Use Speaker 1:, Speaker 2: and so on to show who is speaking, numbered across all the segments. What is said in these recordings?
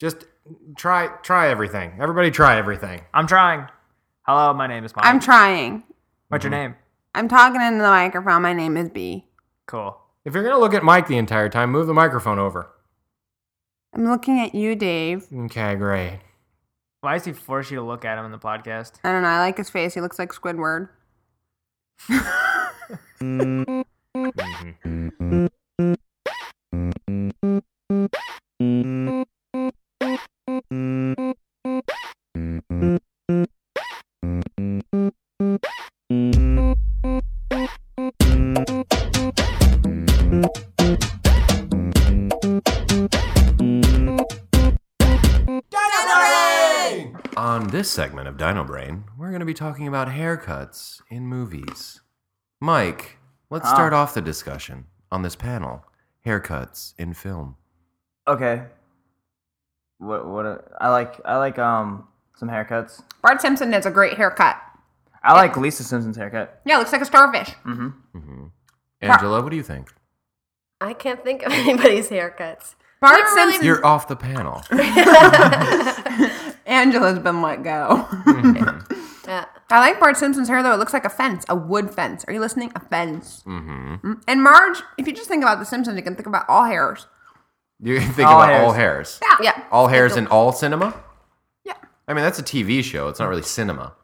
Speaker 1: Just try try everything. Everybody try everything.
Speaker 2: I'm trying. Hello, my name is Mike.
Speaker 3: I'm trying.
Speaker 2: What's
Speaker 4: Mm-hmm.
Speaker 2: your name?
Speaker 3: I'm talking into the microphone. My name is B.
Speaker 2: Cool.
Speaker 1: If you're gonna look at Mike the entire time, move the microphone over.
Speaker 3: I'm looking at you, Dave.
Speaker 1: Okay, great.
Speaker 2: Why does he force you to look at him in the podcast?
Speaker 5: Uh,
Speaker 3: I don't know. I like his face. He looks like Squidward.
Speaker 1: Mm-hmm. On this segment of Dino Brain, we're going to be talking about haircuts in movies. Mike, let's start off the discussion on this panel haircuts in film.
Speaker 4: Okay. What what a- I like I like um some haircuts.
Speaker 3: Bart Simpson has a great haircut.
Speaker 4: I like Lisa Simpson's haircut.
Speaker 3: Yeah, looks like a starfish.
Speaker 1: Angela, what do you think?
Speaker 5: I can't think of anybody's haircuts.
Speaker 3: Bart
Speaker 5: don't really
Speaker 3: Simpson.
Speaker 1: You're off the panel.
Speaker 3: Angela's been let go.
Speaker 5: Uh,
Speaker 3: I like Bart Simpson's hair though. It looks like a fence, a wood fence. Are you listening? A fence. Mm-hmm. And Marge, if you just think about The Simpsons, you can think about all hairs.
Speaker 1: You think
Speaker 4: All
Speaker 1: about all
Speaker 4: hairs.
Speaker 1: hairs.
Speaker 3: Yeah.
Speaker 5: yeah.
Speaker 1: All hairs in all cinema?
Speaker 3: Yeah.
Speaker 1: I mean, that's a TV show. It's not really cinema.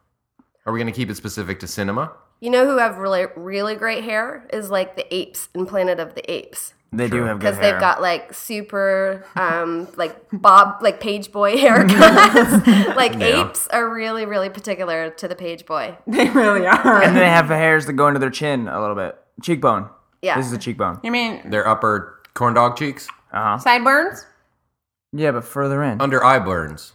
Speaker 1: Are we going to keep it specific to cinema?
Speaker 5: You know who have really really great hair is like the apes in Planet of the Apes
Speaker 4: They do have good
Speaker 5: because
Speaker 4: hair.
Speaker 5: they've got like super um like bob like page boy haircuts. like
Speaker 1: Yeah.
Speaker 5: apes are really really particular to the page boy.
Speaker 3: They really are.
Speaker 4: and they have hairs that go into their chin a little bit. Cheekbone.
Speaker 5: Yeah.
Speaker 4: This is a cheekbone.
Speaker 3: you mean
Speaker 1: Their upper corn dog cheeks?
Speaker 3: sideburns?
Speaker 4: Yeah, but further
Speaker 2: Um,
Speaker 4: in.
Speaker 1: Under eye burns.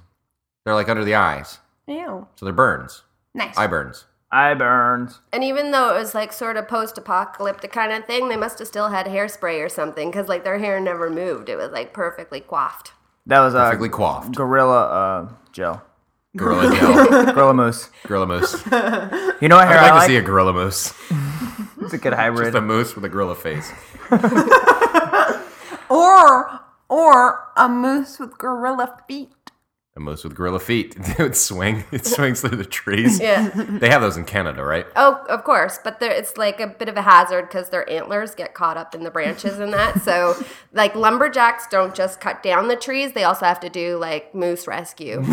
Speaker 1: They're like under the eyes.
Speaker 3: Ew.
Speaker 1: So they're burns.
Speaker 3: Nice.
Speaker 1: Eye burns.
Speaker 4: Eye burns.
Speaker 5: And even though it was like sort of post-apocalyptic kind of thing, they must have still had hairspray or something because like their hair never moved. It was like perfectly coiffed.
Speaker 4: That was uh,
Speaker 1: Perfectly coiffed.
Speaker 4: gorilla uh gel.
Speaker 1: Gorilla gel.
Speaker 4: Gorilla moose.
Speaker 1: Gorilla moose.
Speaker 4: You know what hair
Speaker 1: I'd like
Speaker 4: I
Speaker 1: to
Speaker 4: like?
Speaker 1: see a gorilla moose.
Speaker 4: It's a good hybrid.
Speaker 1: Just a moose with a gorilla face.
Speaker 3: Or or a moose with gorilla feet.
Speaker 1: A moose with gorilla feet. it would swing. It swings through the trees.
Speaker 5: Yeah.
Speaker 1: They have those in Canada, right?
Speaker 5: Oh, of course, but there, it's like a bit of a hazard because their antlers get caught up in the branches and that. So, like lumberjacks don't just cut down the trees; they also have to do like moose rescue.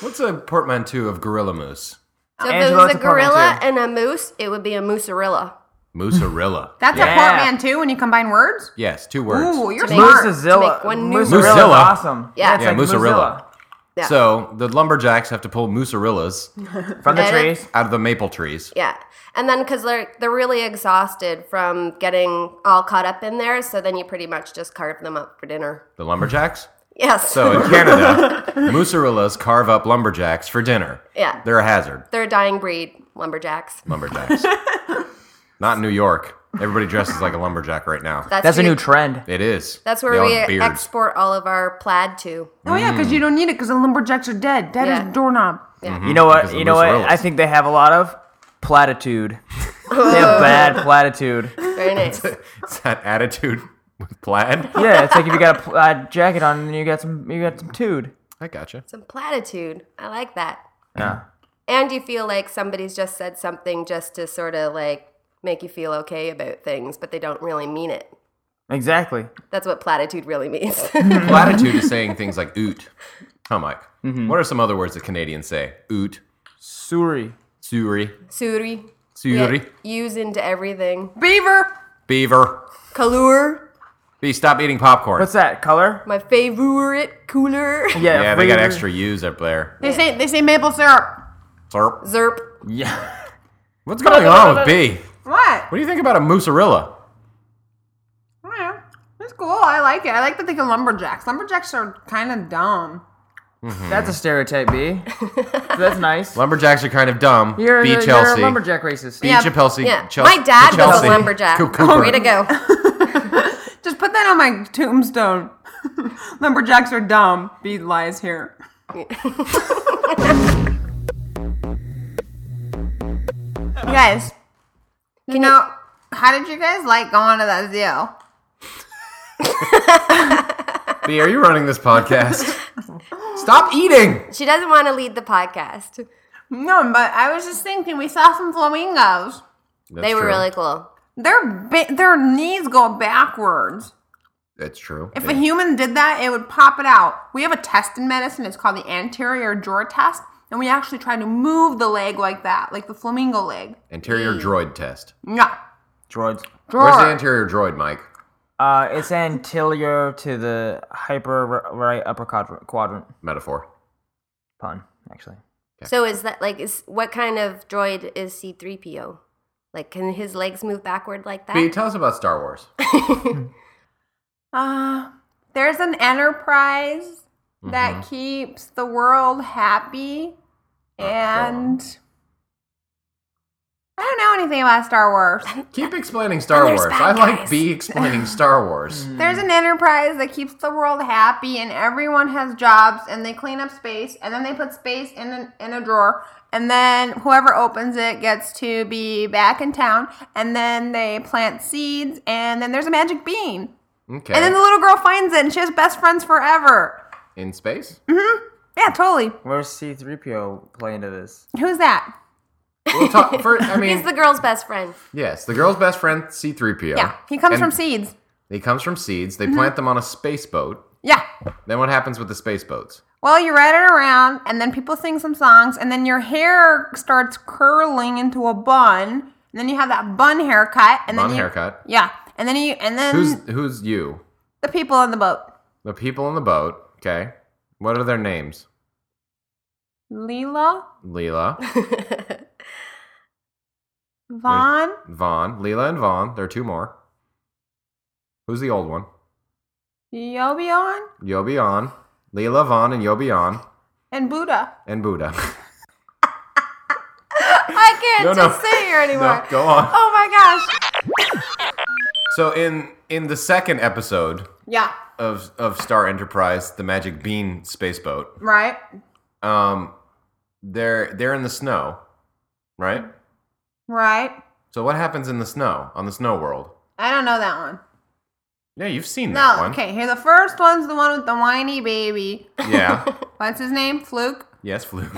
Speaker 1: What's a portmanteau of gorilla moose?
Speaker 5: So, if it
Speaker 4: Angela, it's
Speaker 5: was a
Speaker 4: a problem,
Speaker 5: gorilla
Speaker 4: too.
Speaker 5: and a moose, it would be a mooserilla.
Speaker 1: Moosarilla.
Speaker 3: That's
Speaker 4: Yeah.
Speaker 3: a portmanteau when you combine words.
Speaker 1: yes, two words.
Speaker 3: Ooh, you're smart.
Speaker 4: Moosezilla.
Speaker 5: To make one new-
Speaker 4: Moosezilla's
Speaker 1: Moosezilla.
Speaker 4: awesome.
Speaker 5: Yeah.
Speaker 4: it's
Speaker 1: yeah,
Speaker 4: like
Speaker 1: moosarilla.
Speaker 5: Yeah.
Speaker 1: So the lumberjacks have to pull moosarillas
Speaker 4: Moosezilla. From the
Speaker 5: Edit.
Speaker 4: trees.
Speaker 1: out of the maple trees.
Speaker 5: Yeah, and then because they're they're really exhausted from getting all caught up in there, so then you pretty much just carve them up for dinner.
Speaker 1: The lumberjacks?
Speaker 5: Yes.
Speaker 1: So in Canada, moosarillas carve up lumberjacks for dinner.
Speaker 5: Yeah.
Speaker 1: They're a hazard,
Speaker 5: they're a dying breed, lumberjacks.
Speaker 1: lumberjacks. Not in New York. Everybody dresses like a lumberjack right now.
Speaker 4: That's a
Speaker 5: who-
Speaker 4: new trend.
Speaker 1: It is.
Speaker 5: That's
Speaker 1: They
Speaker 5: where
Speaker 1: all
Speaker 5: we
Speaker 1: have beards.
Speaker 5: export all of our plaid to.
Speaker 3: Oh yeah, because you don't need it because the lumberjacks are dead. Dead
Speaker 5: Yeah.
Speaker 3: is doorknob.
Speaker 4: You know
Speaker 1: Mm, because
Speaker 4: what?
Speaker 1: of
Speaker 4: You know what?
Speaker 1: moosarellas.
Speaker 4: I think they have a lot of platitude. they have bad platitude.
Speaker 5: Very nice.
Speaker 1: It's that attitude with plaid.
Speaker 4: Yeah, it's like if you got a plaid jacket on and you got some, you got some tude.
Speaker 1: I gotcha.
Speaker 5: Some platitude. I like that.
Speaker 4: Yeah.
Speaker 5: And you feel like somebody's just said something just to sort of like make you feel okay about things, but they don't really mean it.
Speaker 4: Exactly.
Speaker 5: That's what platitude really means.
Speaker 1: Platitude is saying things like oot. Huh, Mike?
Speaker 4: Mm-hmm.
Speaker 1: What are some other words that Canadians say? Oot,
Speaker 4: Suri.
Speaker 1: suri,
Speaker 5: Suri.
Speaker 1: suri,
Speaker 5: Use into everything.
Speaker 3: Beaver.
Speaker 1: beaver.
Speaker 5: Color.
Speaker 1: B, stop eating popcorn.
Speaker 4: What's that? Color?
Speaker 5: My favorite cooler.
Speaker 4: Yeah.
Speaker 1: yeah, they got
Speaker 4: flavor.
Speaker 1: extra U's up there.
Speaker 3: They say they say maple syrup.
Speaker 1: Slurp.
Speaker 5: Zerp.
Speaker 4: Yeah.
Speaker 1: What's going on with B?
Speaker 3: What?
Speaker 1: What do you think about a moosarilla?
Speaker 3: Yeah, it's cool. I like it. I like to think of lumberjacks. Lumberjacks are kind of dumb.
Speaker 1: Hmm.
Speaker 4: That's a stereotype, B. So that's nice.
Speaker 1: Lumberjacks are kind of dumb.
Speaker 4: You're,
Speaker 1: B
Speaker 4: you're, you're
Speaker 1: Chelsea.
Speaker 4: a lumberjack racist.
Speaker 1: B
Speaker 3: Yeah,
Speaker 1: Chelsea.
Speaker 5: Yeah.
Speaker 1: Chel-
Speaker 5: My dad was
Speaker 1: Chelsea.
Speaker 5: a lumberjack. Oh,
Speaker 1: Coo- Cooper.
Speaker 5: Way to go.
Speaker 3: Just put that on my tombstone. lumberjacks are dumb. Be lies here. you guys, you know, how did you guys like going to the zoo?
Speaker 1: B, are you running this podcast? Stop eating.
Speaker 5: She doesn't want to lead the podcast.
Speaker 3: No, but I was just thinking we saw some flamingos.
Speaker 5: they
Speaker 1: That's
Speaker 5: were
Speaker 1: true.
Speaker 5: really cool.
Speaker 3: Their ba- their knees go backwards.
Speaker 1: That's true.
Speaker 3: If
Speaker 1: They-
Speaker 3: a human did that, it would pop it out. We have a test in medicine. It's called the anterior jaw test, and we actually try to move the leg like that, like the flamingo leg.
Speaker 1: anterior droid test.
Speaker 3: Yeah.
Speaker 4: Droids.
Speaker 3: Drawer.
Speaker 1: Where's the anterior droid, Mike?
Speaker 4: Uh, it's anterior to the hyper ri- right upper quadrant. quadrant.
Speaker 1: Metaphor.
Speaker 4: Pun, actually.
Speaker 5: So is that like is what kind of droid is C three PO? Like can his legs move backward like that?
Speaker 1: B, tell us about Star Wars.
Speaker 3: Uh, there's an enterprise that
Speaker 1: Mm-hmm.
Speaker 3: keeps the world happy. And I don't know anything about Star Wars.
Speaker 1: Keep explaining
Speaker 3: Oh,
Speaker 1: Star
Speaker 5: there's
Speaker 1: Wars. I
Speaker 5: bad
Speaker 1: like
Speaker 5: guys.
Speaker 1: B explaining Star Wars.
Speaker 3: There's an enterprise that keeps the world happy, and everyone has jobs, and they clean up space, and then they put space in an, in a drawer, and then whoever opens it gets to be back in town, and then they plant seeds, and then there's a magic bean,
Speaker 1: Okay.
Speaker 3: and then the little girl finds it, and she has best friends forever.
Speaker 1: In space?
Speaker 3: Yeah, totally.
Speaker 4: Where's C3PO play into this?
Speaker 3: Who's that?
Speaker 1: We'll talk first. I mean,
Speaker 5: He's the girl's best friend.
Speaker 1: yes, the girl's best friend, C3PO.
Speaker 3: Yeah, he comes
Speaker 1: And
Speaker 3: from Mm-hmm. seeds.
Speaker 1: He comes from seeds. They plant them on a space boat.
Speaker 3: Yeah.
Speaker 1: Then what happens with the space boats?
Speaker 3: Well, you ride it around, and then people sing some songs, and then your hair starts curling into a bun, and then you have that bun haircut, and
Speaker 1: Bun
Speaker 3: then you,
Speaker 1: haircut.
Speaker 3: Yeah, and then you, and then
Speaker 1: Who's who's you?
Speaker 3: the people on the boat.
Speaker 1: The people in the boat. Okay. What are their names?
Speaker 3: Leela,
Speaker 1: Leela,
Speaker 3: Vaughn,
Speaker 1: Vaughn, Leela and Vaughn. There are two more. Who's the old one?
Speaker 3: Yobion,
Speaker 1: Yobion, Leela, Vaughn, and Yobion,
Speaker 3: and Buddha.
Speaker 1: and Buddha.
Speaker 5: I can't
Speaker 1: No, no.
Speaker 5: just sit here anymore.
Speaker 1: no, go on.
Speaker 3: Oh my gosh.
Speaker 1: So in in the second episode
Speaker 3: Yeah.
Speaker 1: of of Star Enterprise, the Magic Bean space boat,
Speaker 3: Right.
Speaker 1: um, they're they're in the snow, right?
Speaker 3: Right.
Speaker 1: So what happens in the snow on the snow world?
Speaker 3: I don't know that one.
Speaker 1: Yeah, you've seen that
Speaker 3: No.
Speaker 1: one.
Speaker 3: Okay. Here, the first one's the one with the whiny baby.
Speaker 1: Yeah.
Speaker 3: What's his name? Fluke.
Speaker 1: yes, Fluke.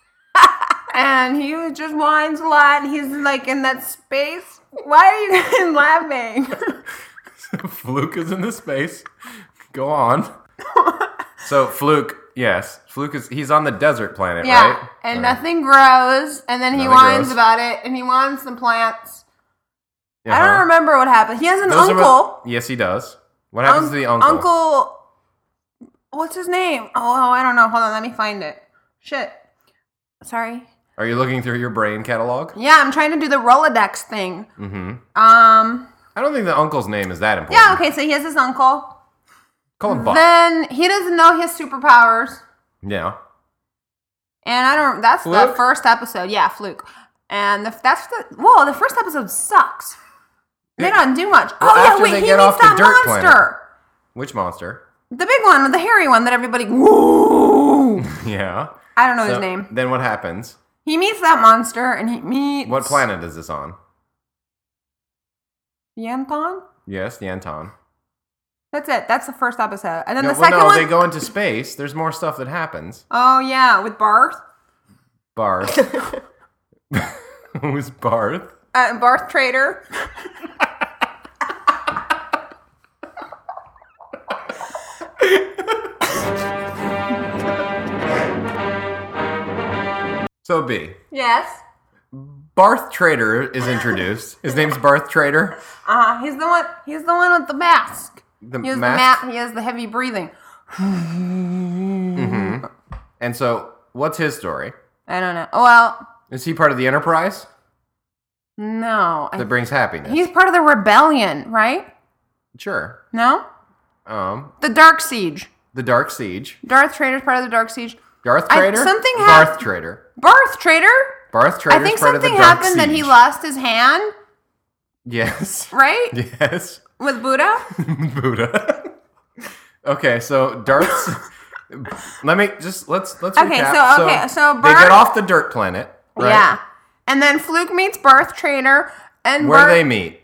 Speaker 3: and he was just whines a lot. And he's like in that space. Why are you guys laughing?
Speaker 1: Fluke is in the space. Go on. so Fluke, yes, Fluke is he's on the desert planet,
Speaker 3: yeah,
Speaker 1: right?
Speaker 3: and
Speaker 1: Alright.
Speaker 3: nothing grows. And then he
Speaker 1: Nothing
Speaker 3: whines
Speaker 1: grows.
Speaker 3: about it, and he wants the plants. I
Speaker 1: Uh-huh.
Speaker 3: don't remember what happened. He has an
Speaker 1: Those are
Speaker 3: uncle.
Speaker 1: what- yes, he does. What happens to the uncle?
Speaker 3: Uncle- what's his name? Oh, I don't know. Hold on, let me find it. Shit. Sorry.
Speaker 1: Are you looking through your brain catalog?
Speaker 3: Yeah, I'm trying to do the Rolodex thing.
Speaker 1: Mm-hmm.
Speaker 3: Um.
Speaker 1: I don't think the uncle's name is that important.
Speaker 3: Yeah. Okay. So he has his uncle.
Speaker 1: Call him Buck.
Speaker 3: Then he doesn't know his superpowers.
Speaker 1: yeah.
Speaker 3: And I don't. That's the
Speaker 1: Fluke?
Speaker 3: first episode. Yeah, fluke. And the, that's the whoa. The first episode sucks. They don't do much.
Speaker 1: Well,
Speaker 3: oh yeah,
Speaker 1: after
Speaker 3: wait.
Speaker 1: they
Speaker 3: He meets
Speaker 1: get off the
Speaker 3: that
Speaker 1: dirt
Speaker 3: monster,
Speaker 1: planet. Which monster?
Speaker 3: the big one, the hairy one that everybody. Woo!
Speaker 1: Yeah.
Speaker 3: I don't know his
Speaker 1: So,
Speaker 3: name.
Speaker 1: Then what happens?
Speaker 3: He meets that monster, and he meets
Speaker 1: What planet is this on?
Speaker 3: Yanthon.
Speaker 1: Yes, the Anton.
Speaker 3: That's it. That's the first episode, and then
Speaker 1: No,
Speaker 3: the
Speaker 1: well,
Speaker 3: second
Speaker 1: no,
Speaker 3: one.
Speaker 1: they go into space. There's more stuff that happens.
Speaker 3: oh yeah, with Barth.
Speaker 1: Barth. Who's Barth?
Speaker 3: Uh, Barth Trader.
Speaker 1: So B.
Speaker 3: Yes.
Speaker 1: Barth Trader is introduced. His name's Barth Trader.
Speaker 3: Uh, he's the one. He's the one with the mask.
Speaker 1: The
Speaker 3: He has
Speaker 1: mask.
Speaker 3: the ma- He has the heavy breathing.
Speaker 1: and so, what's his story?
Speaker 3: I don't know. Well,
Speaker 1: Is he part of the Enterprise
Speaker 3: no. I
Speaker 1: that brings happiness?
Speaker 3: He's part of the rebellion, right?
Speaker 1: sure.
Speaker 3: No?
Speaker 1: Um,
Speaker 3: The Dark Siege.
Speaker 1: the Dark Siege.
Speaker 3: Darth Trader's part of the Dark Siege.
Speaker 1: Darth
Speaker 3: I-
Speaker 1: Trader.
Speaker 3: something hap-
Speaker 1: Barth Trader.
Speaker 3: Barth Trader?
Speaker 1: Barth Trader.
Speaker 3: I think
Speaker 1: part of the
Speaker 3: something
Speaker 1: Dark
Speaker 3: happened that he
Speaker 1: Siege.
Speaker 3: lost his hand,
Speaker 1: Yes.
Speaker 3: right?
Speaker 1: Yes.
Speaker 3: With Buddha?
Speaker 1: Buddha. okay, so Darth's. let me just let's let's
Speaker 3: Okay,
Speaker 1: recap.
Speaker 3: so- okay, so
Speaker 1: they
Speaker 3: Barth-
Speaker 1: get off the dirt planet, right?
Speaker 3: Yeah. And then Fluke meets Barth Trader and
Speaker 1: Where
Speaker 3: Barth-
Speaker 1: they meet.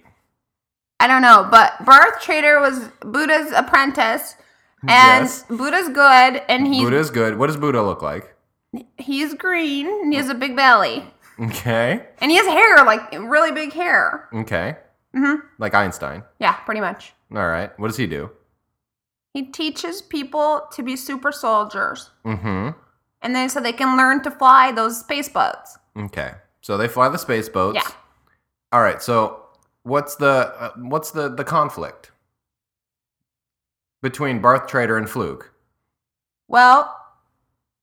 Speaker 3: I don't know, but Barth Trader was Buddha's apprentice, and
Speaker 6: Yes.
Speaker 3: Buddha's good, and he's
Speaker 6: Buddha's good. What does Buddha look like?
Speaker 3: he's green, and he has a big belly,
Speaker 6: Okay.
Speaker 3: and he has hair like really big hair.
Speaker 6: Okay.
Speaker 3: Mm-hmm.
Speaker 6: Like Einstein.
Speaker 3: Yeah, pretty much.
Speaker 6: All right. What does he do?
Speaker 3: He teaches people to be super soldiers,
Speaker 6: Mm-hmm.
Speaker 3: and then so they can learn to fly those space boats.
Speaker 6: Okay. So they fly the space boats.
Speaker 3: Yeah.
Speaker 6: All right. So what's the uh, what's the the conflict between Barth Trader and Fluke?
Speaker 3: Well,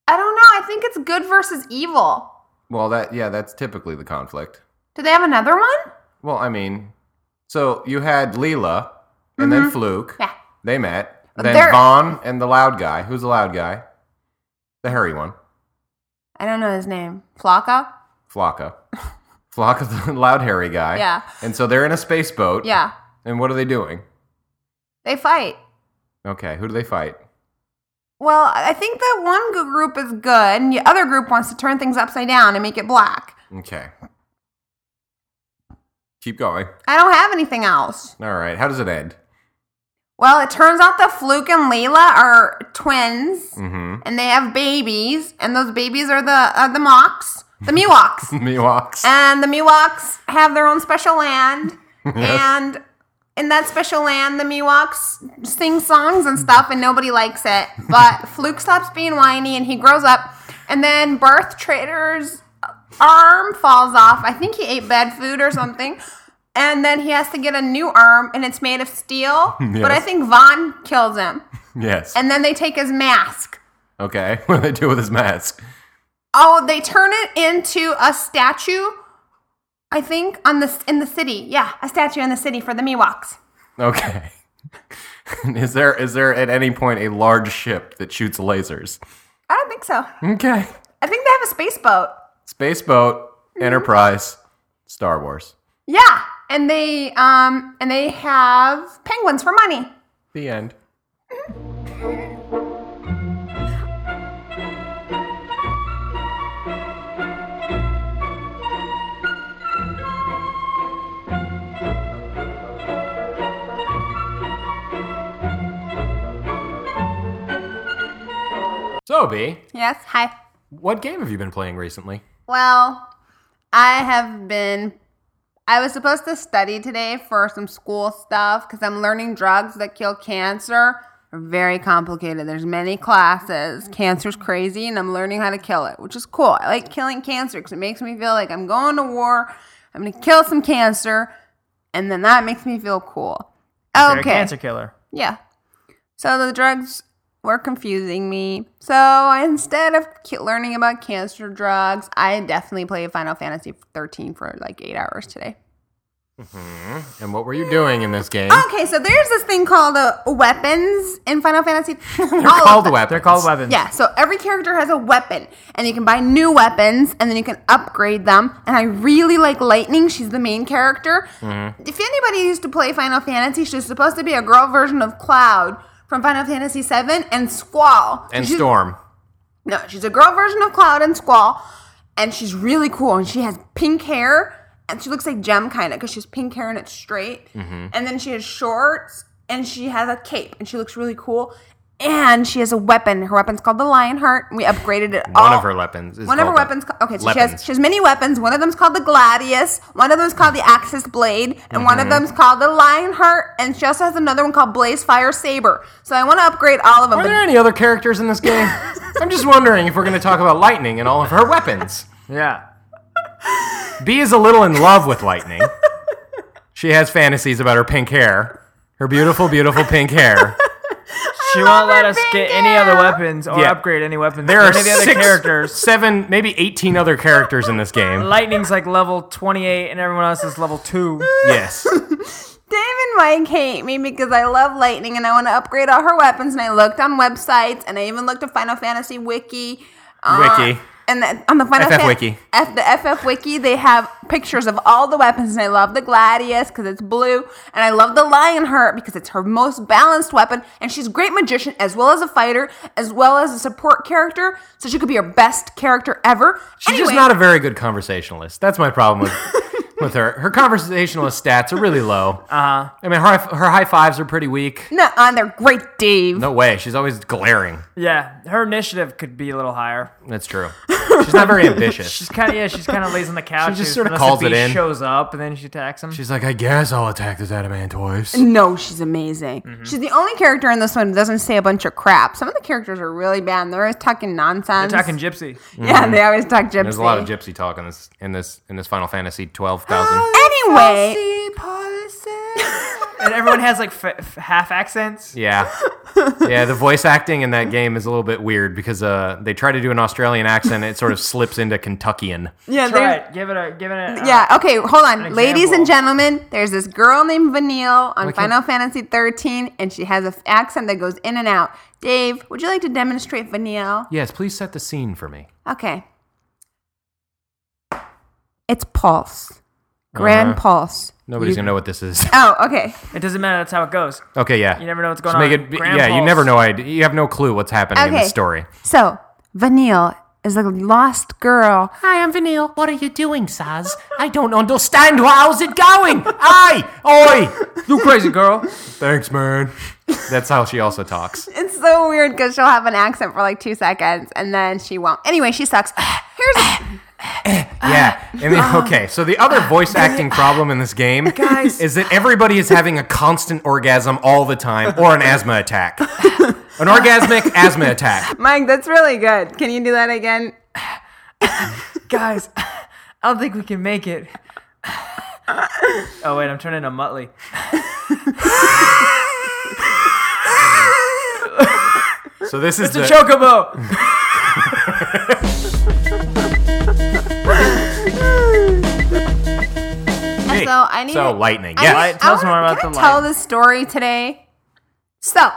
Speaker 3: I don't know. I think it's good versus evil.
Speaker 6: Well, that yeah, that's typically the conflict.
Speaker 3: Do they have another one?
Speaker 6: Well, I mean, so you had Leela and then Fluke.
Speaker 3: Mm-hmm. Yeah.
Speaker 6: They met.
Speaker 3: But
Speaker 6: Then
Speaker 3: they're-
Speaker 6: Vaughn and the loud guy. Who's the loud guy? The hairy one.
Speaker 3: I don't know his name. Flocka?
Speaker 6: Flocka. Flocka, the loud hairy guy.
Speaker 3: Yeah.
Speaker 6: And so they're in a space boat.
Speaker 3: Yeah.
Speaker 6: And what are they doing?
Speaker 3: They fight.
Speaker 6: Okay, who do they fight?
Speaker 3: Well, I think that one g- group is good, and the other group wants to turn things upside down and make it black.
Speaker 6: Okay. Keep going.
Speaker 3: I don't have anything else.
Speaker 6: All right. How does it end?
Speaker 3: Well, it turns out that Fluke and Leela are twins,
Speaker 1: Mm.
Speaker 6: Mm-hmm.
Speaker 3: and they have babies, and those babies are the uh, the Mocs, the Miwoks,
Speaker 6: Miwoks.
Speaker 3: and the Miwoks have their own special land,
Speaker 6: Yes.
Speaker 3: and in that special land, the Miwoks sing songs and stuff, and nobody likes it. But Fluke stops being whiny, and he grows up. And then Barth Trader's arm falls off. I think he ate bad food or something. And then he has to get a new arm, and it's made of steel. But I
Speaker 6: Yes.
Speaker 3: think Vaughn kills him.
Speaker 6: Yes.
Speaker 3: And then they take his mask.
Speaker 6: okay. What do they do with his mask?
Speaker 3: Oh, they turn it into a statue. I think on the in the city. Yeah, a statue in the city for the Miwoks.
Speaker 6: Okay. is there is there at any point a large ship that shoots lasers?
Speaker 3: I don't think so.
Speaker 6: Okay.
Speaker 3: I think they have a space boat.
Speaker 6: Space boat, Enterprise, Star Wars.
Speaker 3: Yeah, and they um and they have penguins for money.
Speaker 6: The end.
Speaker 1: So, B,
Speaker 3: Yes. Hi.
Speaker 1: what game have you been playing recently?
Speaker 3: Well, I have been. I was supposed to study today for some school stuff because I'm learning drugs that kill cancer. They're very complicated. There's many classes.
Speaker 4: Mm-hmm.
Speaker 3: Cancer's crazy, and I'm learning how to kill it, which is cool. I like killing cancer because it makes me feel like I'm going to war. I'm gonna kill some cancer, and then that makes me feel cool.
Speaker 4: They're a
Speaker 3: Okay.
Speaker 4: cancer killer.
Speaker 3: Yeah. So the drugs were confusing me. So instead of ki- learning about cancer drugs, I definitely played Final Fantasy 13 for like eight hours today.
Speaker 1: And what were you doing in this game?
Speaker 3: Okay, so there's this thing called uh, weapons in Final Fantasy. Oh, They're
Speaker 1: Called weapons.
Speaker 4: They're called weapons.
Speaker 3: Yeah, so every character has a weapon, and you can buy new weapons, and then you can upgrade them. And I really like Lightning; she's the main character. If anybody used to play Final Fantasy, she's supposed to be a girl version of Cloud from Final Fantasy VII and Squall.
Speaker 1: And
Speaker 3: She's-
Speaker 1: Storm.
Speaker 3: No, she's a girl version of Cloud and Squall, and she's really cool. And she has pink hair, and she looks like Gem kind of because she's pink hair and it's straight.
Speaker 1: Mm-hmm.
Speaker 3: And then she has shorts, and she has a cape, and she looks really cool. And she has a weapon. Her weapon's called the Lionheart. and We upgraded it.
Speaker 1: One
Speaker 3: all-
Speaker 1: of her weapons is
Speaker 3: One of her
Speaker 1: called the
Speaker 3: weapons. Okay, so she has,
Speaker 1: Lepens.
Speaker 3: she has many weapons. One of them's called the Gladius. One of them's called the Axis Blade, and one
Speaker 1: Mm-hmm.
Speaker 3: of them's called the Lionheart. And she also has another one called Blaze Fire Saber. So I want to upgrade all of them.
Speaker 1: Are
Speaker 3: but-
Speaker 1: there any other characters in this game? I'm just wondering if we're going to talk about Lightning and all of her weapons.
Speaker 4: Yeah.
Speaker 1: B is a little in love with Lightning. She has fantasies about her pink hair, her beautiful, beautiful pink hair.
Speaker 4: She won't let us
Speaker 3: pink
Speaker 4: get any other weapons or
Speaker 1: Yeah.
Speaker 4: upgrade any weapons.
Speaker 1: There
Speaker 4: or
Speaker 1: are
Speaker 4: any of the
Speaker 1: six,
Speaker 4: other characters.
Speaker 1: seven, maybe 18 other characters in this game.
Speaker 4: Lightning's like level 28 and everyone else is level 2.
Speaker 1: Yes.
Speaker 3: Dave and Mike hate me because I love lightning and I want to upgrade all her weapons. And I looked on websites and I even looked at Final Fantasy Wiki. uh,
Speaker 1: Wiki.
Speaker 3: And the, on the Final
Speaker 1: FF
Speaker 3: Fan-
Speaker 1: Wiki.
Speaker 3: F, the FF Wiki, they have pictures of all the weapons. And I love the Gladius because it's blue. And I love the Lionheart because it's her most balanced weapon. And she's a great magician as well as a fighter, as well as a support character. So she could be your best character ever.
Speaker 1: She's
Speaker 3: Anyway,
Speaker 1: just not a very good conversationalist. That's my problem with with her. Her conversationalist stats are really low.
Speaker 4: Uh huh.
Speaker 1: I mean, her, her high fives are pretty weak.
Speaker 3: Not on there, uh, great Dave.
Speaker 1: No way. She's always glaring.
Speaker 4: Yeah, her initiative could be a little higher.
Speaker 1: That's true. She's not very ambitious.
Speaker 4: She's kind of yeah. She's kind of lays on the couch.
Speaker 1: just
Speaker 4: and
Speaker 1: sorta
Speaker 4: unless a
Speaker 1: calls it
Speaker 4: bee
Speaker 1: in.
Speaker 4: Shows up and then she attacks him.
Speaker 1: She's like, I guess I'll attack this adamant horse.
Speaker 3: No, she's amazing.
Speaker 4: Mm-hmm.
Speaker 3: She's the only character in this one who doesn't say a bunch of crap. Some of the characters are really bad. and They're always talking nonsense.
Speaker 4: attacking Gypsy.
Speaker 3: Yeah,
Speaker 4: Mm-hmm.
Speaker 3: they always talk gypsy.
Speaker 1: There's a lot of gypsy talk in this in this in this Final Fantasy twelve thousand.
Speaker 3: Anyway,
Speaker 4: and everyone has like f- f- half accents.
Speaker 1: Yeah, yeah. The voice acting in that game is a little bit weird because uh, they try to do an Australian accent, it sort of slips into Kentuckian.
Speaker 3: yeah,
Speaker 4: Try
Speaker 3: there's-
Speaker 4: it. Give it a. Give it a. uh,
Speaker 3: yeah. Okay, hold on,
Speaker 4: An
Speaker 3: ladies and
Speaker 4: example.
Speaker 3: gentlemen. There's this girl named Vanille on
Speaker 1: We can't-
Speaker 3: Final Fantasy 13, and she has an accent that goes in and out. Dave, would you like to demonstrate Vanille?
Speaker 1: Yes, please set the scene for me.
Speaker 3: Okay. It's Pulse, Grand
Speaker 1: Uh-huh.
Speaker 3: Pulse.
Speaker 1: Nobody's gonna know what this is.
Speaker 3: Oh, okay.
Speaker 4: uh, It doesn't matter. That's how it goes.
Speaker 1: Okay, yeah.
Speaker 4: You never know what's
Speaker 1: Just
Speaker 4: going
Speaker 1: make
Speaker 4: on.
Speaker 1: it be-
Speaker 4: Grand
Speaker 1: yeah, you
Speaker 4: Pulse.
Speaker 1: never know. Idea. You have no clue what's happening in the
Speaker 3: Okay.
Speaker 1: story.
Speaker 3: So, Vanille is a lost girl.
Speaker 1: Hi, I'm Vanille. What are you doing, Saz? I don't understand. How's it going? Aye, oi.
Speaker 4: You crazy girl.
Speaker 1: Thanks, man. That's how she also talks.
Speaker 3: It's so weird because she'll have an accent for like two seconds and then she won't. Anyway, she sucks. Here's
Speaker 1: Yeah. And then, okay, so the other voice acting problem in this game is that everybody is having a constant orgasm all the time or an asthma attack. An orgasmic asthma attack.
Speaker 3: Mike. That's really good. Can you do that again?
Speaker 4: Guys, I don't think we can make it. oh wait, I'm turning into Muttley.
Speaker 1: So this is
Speaker 4: It's a
Speaker 1: the-
Speaker 4: chocobo.
Speaker 1: Hey,
Speaker 3: So I need.
Speaker 1: so
Speaker 3: to-
Speaker 1: lightning.
Speaker 3: I
Speaker 1: Yes.
Speaker 3: need-
Speaker 4: Tell us
Speaker 3: I wanna-
Speaker 4: more about
Speaker 3: can
Speaker 4: the
Speaker 3: I tell
Speaker 4: light.
Speaker 3: this story today. So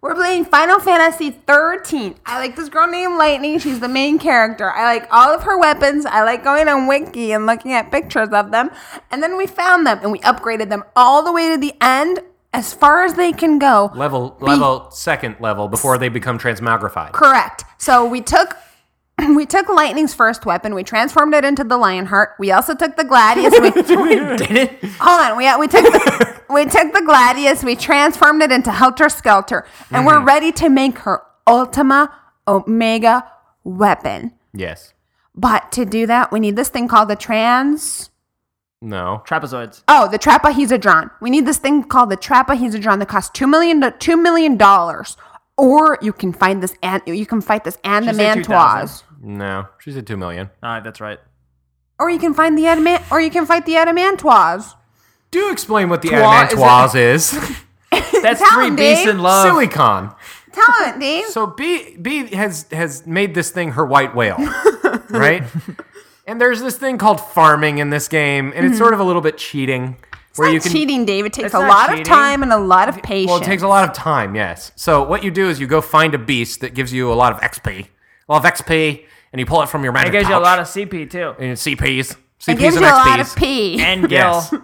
Speaker 3: we're playing Final Fantasy 13. I like this girl named Lightning. She's the main character. I like all of her weapons. I like going on Wiki and looking at pictures of them. And then we found them and we upgraded them all the way to the end, as far as they can go.
Speaker 1: level level second level before they become transmogrified.
Speaker 3: Correct. So we took we took Lightning's first weapon. We transformed it into the Lionheart. We also took the Gladius. We, hold on. We we took the, we took the Gladius. We transformed it into Helter Skelter,
Speaker 4: Mm-hmm.
Speaker 3: and we're ready to make her Ultima Omega weapon.
Speaker 1: Yes.
Speaker 3: But to do that, we need this thing called the trans.
Speaker 1: No.
Speaker 4: Trapezoids.
Speaker 3: Oh, the trapahedron. We need this thing called the trapahedron that costs two million do- two million dollars. Or you can find this and you can fight this and the
Speaker 4: She said 2000.
Speaker 3: mantoise.
Speaker 1: No. She's at 2 million.
Speaker 4: All right, that's right.
Speaker 3: Or you can find the adamant, or you can fight the adamantoise.
Speaker 1: Do explain what the
Speaker 4: Twa-
Speaker 1: adamantoise is.
Speaker 4: That's
Speaker 3: Tell
Speaker 4: three
Speaker 3: him,
Speaker 4: beasts
Speaker 3: Dave.
Speaker 4: in love.
Speaker 1: Silicon.
Speaker 3: Tell it, Dave.
Speaker 1: So B B has has made this thing her white whale, right? and there's this thing called farming in this game, and it's sort of a little bit cheating,
Speaker 3: it's not cheating, Dave. It takes
Speaker 4: It's
Speaker 3: a
Speaker 4: not
Speaker 3: lot of
Speaker 4: cheating.
Speaker 3: time and a lot of patience.
Speaker 1: Well, it takes a lot of time, yes. So what you do is you go find a beast that gives you a lot of XP, a lot of XP, and you pull it from your magic.
Speaker 4: It gives you a
Speaker 1: pouch.
Speaker 4: lot of CP too.
Speaker 1: and CPs, CPs
Speaker 3: It gives
Speaker 1: and
Speaker 3: you a
Speaker 1: XPs.
Speaker 3: lot of pee.
Speaker 4: And Gil.
Speaker 1: Yes.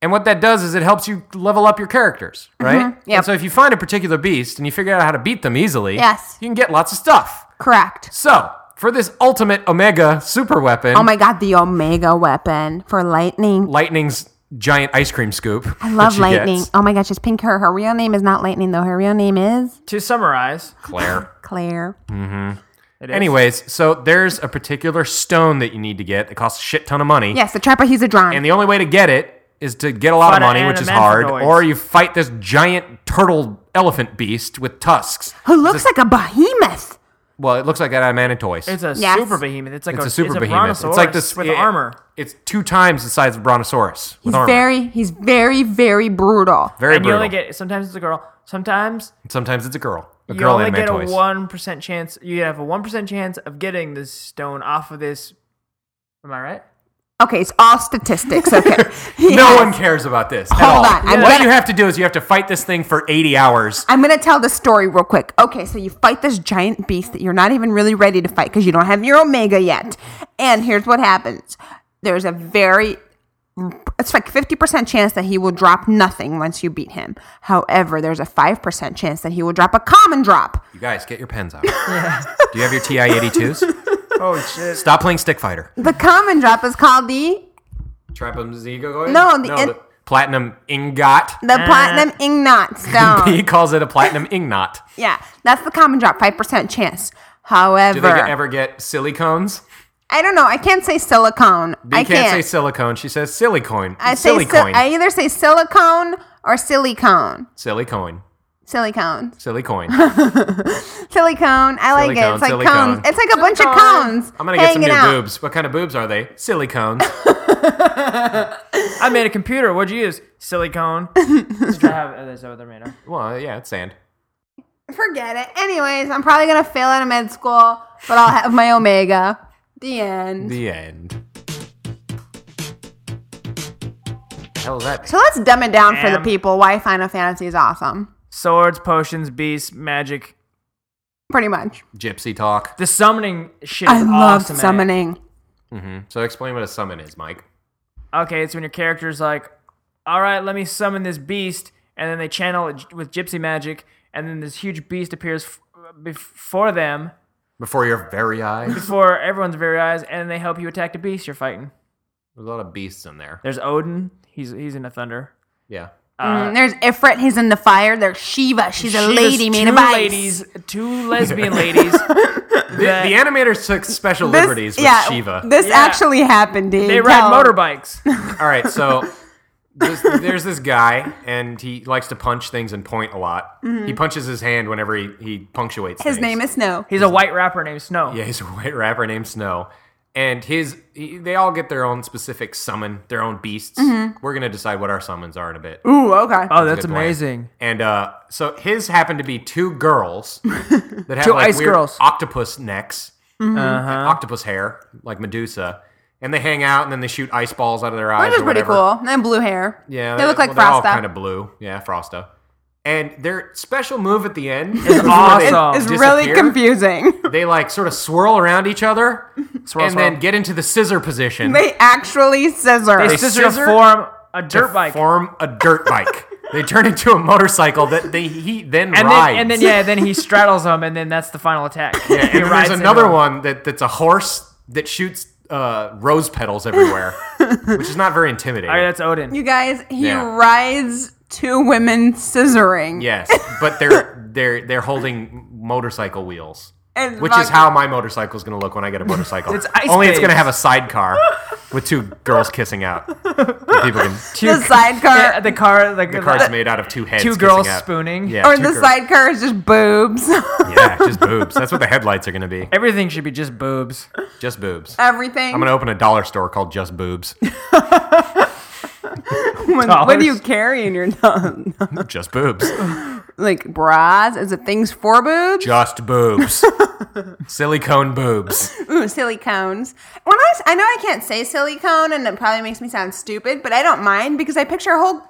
Speaker 1: And what that does is it helps you level up your characters, right?
Speaker 3: Mm-hmm. Yep.
Speaker 1: And so if you find a particular beast and you figure out how to beat them easily,
Speaker 3: Yes.
Speaker 1: you can get lots of stuff.
Speaker 3: Correct.
Speaker 1: So for this ultimate Omega super weapon,
Speaker 3: Oh my god, the Omega weapon for lightning.
Speaker 1: Lightning's giant ice cream scoop.
Speaker 3: I love lightning. Oh my gosh, it's pink hair. Her real name is not lightning though. Her real name is
Speaker 4: To summarize,
Speaker 1: Claire.
Speaker 3: Claire.
Speaker 4: it is.
Speaker 1: Anyways, so there's a particular stone that you need to get that costs a shit ton of money.
Speaker 3: Yes, the trapahedron.
Speaker 1: And the only way to get it is to get a lot of
Speaker 4: Fight
Speaker 1: money,
Speaker 4: an
Speaker 1: which is hard,
Speaker 4: adamantoid.
Speaker 1: or you fight this giant turtle elephant beast with tusks.
Speaker 3: who looks like a behemoth.
Speaker 1: Well, it looks like an adamantoid.
Speaker 4: It's a
Speaker 3: Yes.
Speaker 4: super behemoth. It's like
Speaker 1: It's
Speaker 4: a,
Speaker 1: a super
Speaker 4: it's a
Speaker 1: behemoth. It's like this
Speaker 4: brontosaurus with
Speaker 1: yeah,
Speaker 4: armor.
Speaker 1: It's two times the size of Brontosaurus with
Speaker 3: He's
Speaker 1: armor.
Speaker 3: very, he's very, very brutal.
Speaker 1: very
Speaker 4: and you
Speaker 1: brutal.
Speaker 4: only get sometimes it's a girl, sometimes
Speaker 1: Sometimes it's a girl. A
Speaker 4: you
Speaker 1: girl
Speaker 4: only get a
Speaker 1: adamantoid.
Speaker 4: one percent chance. You have a one percent chance of getting this stone off of this. Am I right?
Speaker 3: Okay, it's all statistics. Okay.
Speaker 1: No
Speaker 3: Yes.
Speaker 1: one cares about this. at
Speaker 3: Hold
Speaker 1: all.
Speaker 3: on, I'm
Speaker 1: What
Speaker 3: gonna-
Speaker 1: you have to do is you have to fight this thing for 80 hours.
Speaker 3: I'm gonna tell the story real quick. Okay, so you fight this giant beast that you're not even really ready to fight because you don't have your omega yet. And here's what happens: there's a very it's like 50% chance that he will drop nothing once you beat him. However, there's a 5% chance that he will drop a common drop.
Speaker 1: You guys, get your pens out. Do you have your TI 82s?
Speaker 4: Oh shit!
Speaker 1: Stop playing Stick Fighter.
Speaker 3: The common drop is called the
Speaker 1: Trapezoid?
Speaker 3: No, the in-
Speaker 1: platinum ingot.
Speaker 3: The platinum ingot
Speaker 1: he
Speaker 3: stone.
Speaker 1: calls it a platinum ingot.
Speaker 3: yeah, that's the common drop, five percent chance.
Speaker 1: Do
Speaker 3: However,
Speaker 1: they get, ever get silicones?
Speaker 3: I don't know. I can't say silicone.
Speaker 1: You
Speaker 3: I
Speaker 1: can't, say silicone. She says silicone.
Speaker 3: I say
Speaker 1: silicone.
Speaker 3: sil- I either say silicone or silicone.
Speaker 1: silicone.
Speaker 3: Silicone.
Speaker 1: Silicone.
Speaker 3: Silicone. I like
Speaker 1: Silicone,
Speaker 3: it. It's like
Speaker 1: silicone.
Speaker 3: cones. It's like a bunch of cones.
Speaker 1: I'm gonna get some
Speaker 3: hanging
Speaker 1: new
Speaker 3: out.
Speaker 1: boobs. What kind of boobs are they? Silicones.
Speaker 4: I made a computer. What'd you use? Silicone. Is that oh, what they're made of?
Speaker 1: well, yeah, it's sand.
Speaker 3: Forget it. Anyways, I'm probably gonna fail out of med school, but I'll have my omega. The end.
Speaker 1: The end. The hell is that?
Speaker 3: so let's dumb it down for the
Speaker 4: Damn.
Speaker 3: people why Final Fantasy is awesome.
Speaker 4: Swords, potions, beasts, magic.
Speaker 3: Pretty much.
Speaker 1: Gypsy talk.
Speaker 4: The summoning shit.
Speaker 3: I
Speaker 4: is
Speaker 3: love
Speaker 1: eh?
Speaker 4: awesome in it.
Speaker 3: summoning.
Speaker 1: hmm So explain what a summon is, Mike.
Speaker 4: Okay, it's when your character's like, all right, let me summon this beast, and then they channel it with gypsy magic, and then this huge beast appears f- before them,
Speaker 1: Before your very eyes.
Speaker 4: before everyone's very eyes, and they help you attack the beast you're fighting.
Speaker 1: There's a lot of beasts in there.
Speaker 4: There's Odin. He's he's in the thunder.
Speaker 1: Yeah.
Speaker 3: Mm, there's Ifrit. He's in the fire. There's Shiva. She's a
Speaker 4: She
Speaker 3: lady
Speaker 4: is
Speaker 3: made
Speaker 4: two
Speaker 3: of ice.
Speaker 4: ladies, two lesbian ladies.
Speaker 1: The, the animators took special
Speaker 3: This-
Speaker 1: liberties with Shiva.
Speaker 3: This
Speaker 4: Yeah.
Speaker 3: actually happened, dude.
Speaker 4: They ride
Speaker 3: Tell 'em.
Speaker 4: motorbikes.
Speaker 1: All right, so this, there's this guy, and he likes to punch things and point a lot. He punches his hand whenever he, he punctuates.
Speaker 3: Mm-hmm. His
Speaker 1: things.
Speaker 3: name is Snow.
Speaker 4: He's a white rapper named Snow.
Speaker 1: yeah. He's a white rapper named Snow, and his he, they all get their own specific summon, their own beasts.
Speaker 3: Mm-hmm.
Speaker 1: We're gonna decide what our summons are in a bit.
Speaker 3: Ooh, okay.
Speaker 4: Oh,
Speaker 1: That's
Speaker 4: that's
Speaker 1: a good plan.
Speaker 4: amazing.
Speaker 1: And uh, so his happened to be two girls that have
Speaker 4: Two
Speaker 1: like
Speaker 4: ice
Speaker 1: weird
Speaker 4: girls.
Speaker 1: octopus necks,
Speaker 3: Mm-hmm.
Speaker 4: Uh-huh.
Speaker 1: octopus hair, like Medusa, and they hang out and then they shoot ice balls out of their eyes.
Speaker 3: Which is
Speaker 1: or
Speaker 3: pretty
Speaker 1: whatever.
Speaker 3: cool. And blue hair.
Speaker 1: Yeah,
Speaker 3: They look like
Speaker 1: well, They're all
Speaker 3: Frosta.
Speaker 1: kind of blue. Yeah, Frosta. And their special move at the end is
Speaker 4: awesome.
Speaker 3: It's really
Speaker 1: Disappear?
Speaker 3: confusing.
Speaker 1: They like sort of swirl around each other
Speaker 4: Swirl,
Speaker 1: and
Speaker 4: swirl.
Speaker 1: then get into the scissor position.
Speaker 3: they actually scissor.
Speaker 4: They
Speaker 1: They
Speaker 4: scissor to
Speaker 1: scissor
Speaker 4: form a dirt
Speaker 1: to
Speaker 4: bike.
Speaker 1: Form a dirt bike. they turn into a motorcycle that they he then
Speaker 4: and
Speaker 1: rides.
Speaker 4: then, and then yeah, then he straddles them, and then that's the final attack.
Speaker 1: Yeah, and then there's another one that, that's a horse that shoots uh, rose petals everywhere, which is not very intimidating.
Speaker 4: All right, that's Odin.
Speaker 3: you guys, he
Speaker 1: Yeah.
Speaker 3: rides two women scissoring.
Speaker 1: yes, but they're they're they're holding motorcycle wheels.
Speaker 3: And
Speaker 1: Which
Speaker 3: like-
Speaker 1: is how my motorcycle is going to look when I get a motorcycle.
Speaker 4: It's ice
Speaker 1: Only it's going to
Speaker 4: babes.
Speaker 1: have a sidecar with two girls kissing out. And people can,
Speaker 3: the
Speaker 4: Yeah,
Speaker 3: sidecar
Speaker 4: the car, like
Speaker 1: the car's made out of two heads.
Speaker 4: two
Speaker 1: kissing
Speaker 4: girls
Speaker 1: out.
Speaker 4: spooning.
Speaker 1: Yeah,
Speaker 3: or
Speaker 1: two
Speaker 3: the
Speaker 1: girls-
Speaker 3: sidecar is just boobs.
Speaker 1: Yeah, just boobs. That's what the headlights are going to be.
Speaker 4: Everything should be just boobs.
Speaker 1: Just boobs.
Speaker 3: Everything.
Speaker 1: I'm going to open a dollar store called Just Boobs.
Speaker 3: When- what
Speaker 4: dollars.
Speaker 3: do you carry in your tongue?
Speaker 1: Just boobs.
Speaker 3: like bras? Is it things for boobs?
Speaker 1: Just boobs. Silicone boobs.
Speaker 3: Ooh, silly cones. When I, s- I know I can't say silly cone, and it probably makes me sound stupid, but I don't mind because I picture a whole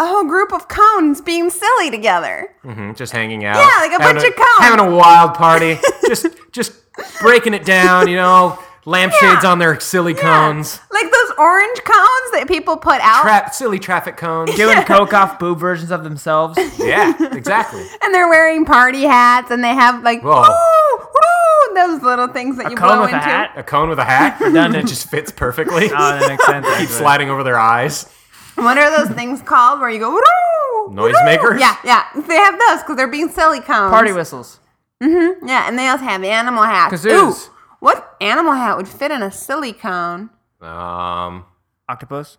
Speaker 3: a whole group of cones being silly together.
Speaker 1: Mhm, Just hanging out.
Speaker 3: Yeah, like a
Speaker 1: having
Speaker 3: bunch of cones.
Speaker 1: Having a wild party. just just breaking it down, you know, lampshades
Speaker 3: Yeah.
Speaker 1: on their silly cones.
Speaker 3: Like those orange cones that people put out,
Speaker 1: Tra- silly traffic cones.
Speaker 4: Doing coke off boob versions of themselves.
Speaker 1: Yeah, exactly.
Speaker 3: and they're wearing party hats, and they have like
Speaker 1: Whoa.
Speaker 3: woo, woo, those little things that you
Speaker 4: cone
Speaker 3: blow
Speaker 4: with a
Speaker 3: into.
Speaker 4: hat?
Speaker 1: A cone with a hat.
Speaker 4: Done it.
Speaker 1: It just fits perfectly.
Speaker 4: Oh, that makes sense.
Speaker 1: Keep
Speaker 4: actually.
Speaker 1: sliding over their eyes.
Speaker 3: What are those things called where you go woo,
Speaker 1: Noisemakers?
Speaker 3: Yeah, yeah, they have those because they're being silly cones. Mm-hmm.
Speaker 4: Party whistles.
Speaker 3: yeah, and they also have animal hats.
Speaker 4: Kazoos.
Speaker 3: Ooh, what animal hat would fit in a silly cone?
Speaker 1: Um,
Speaker 4: Octopus.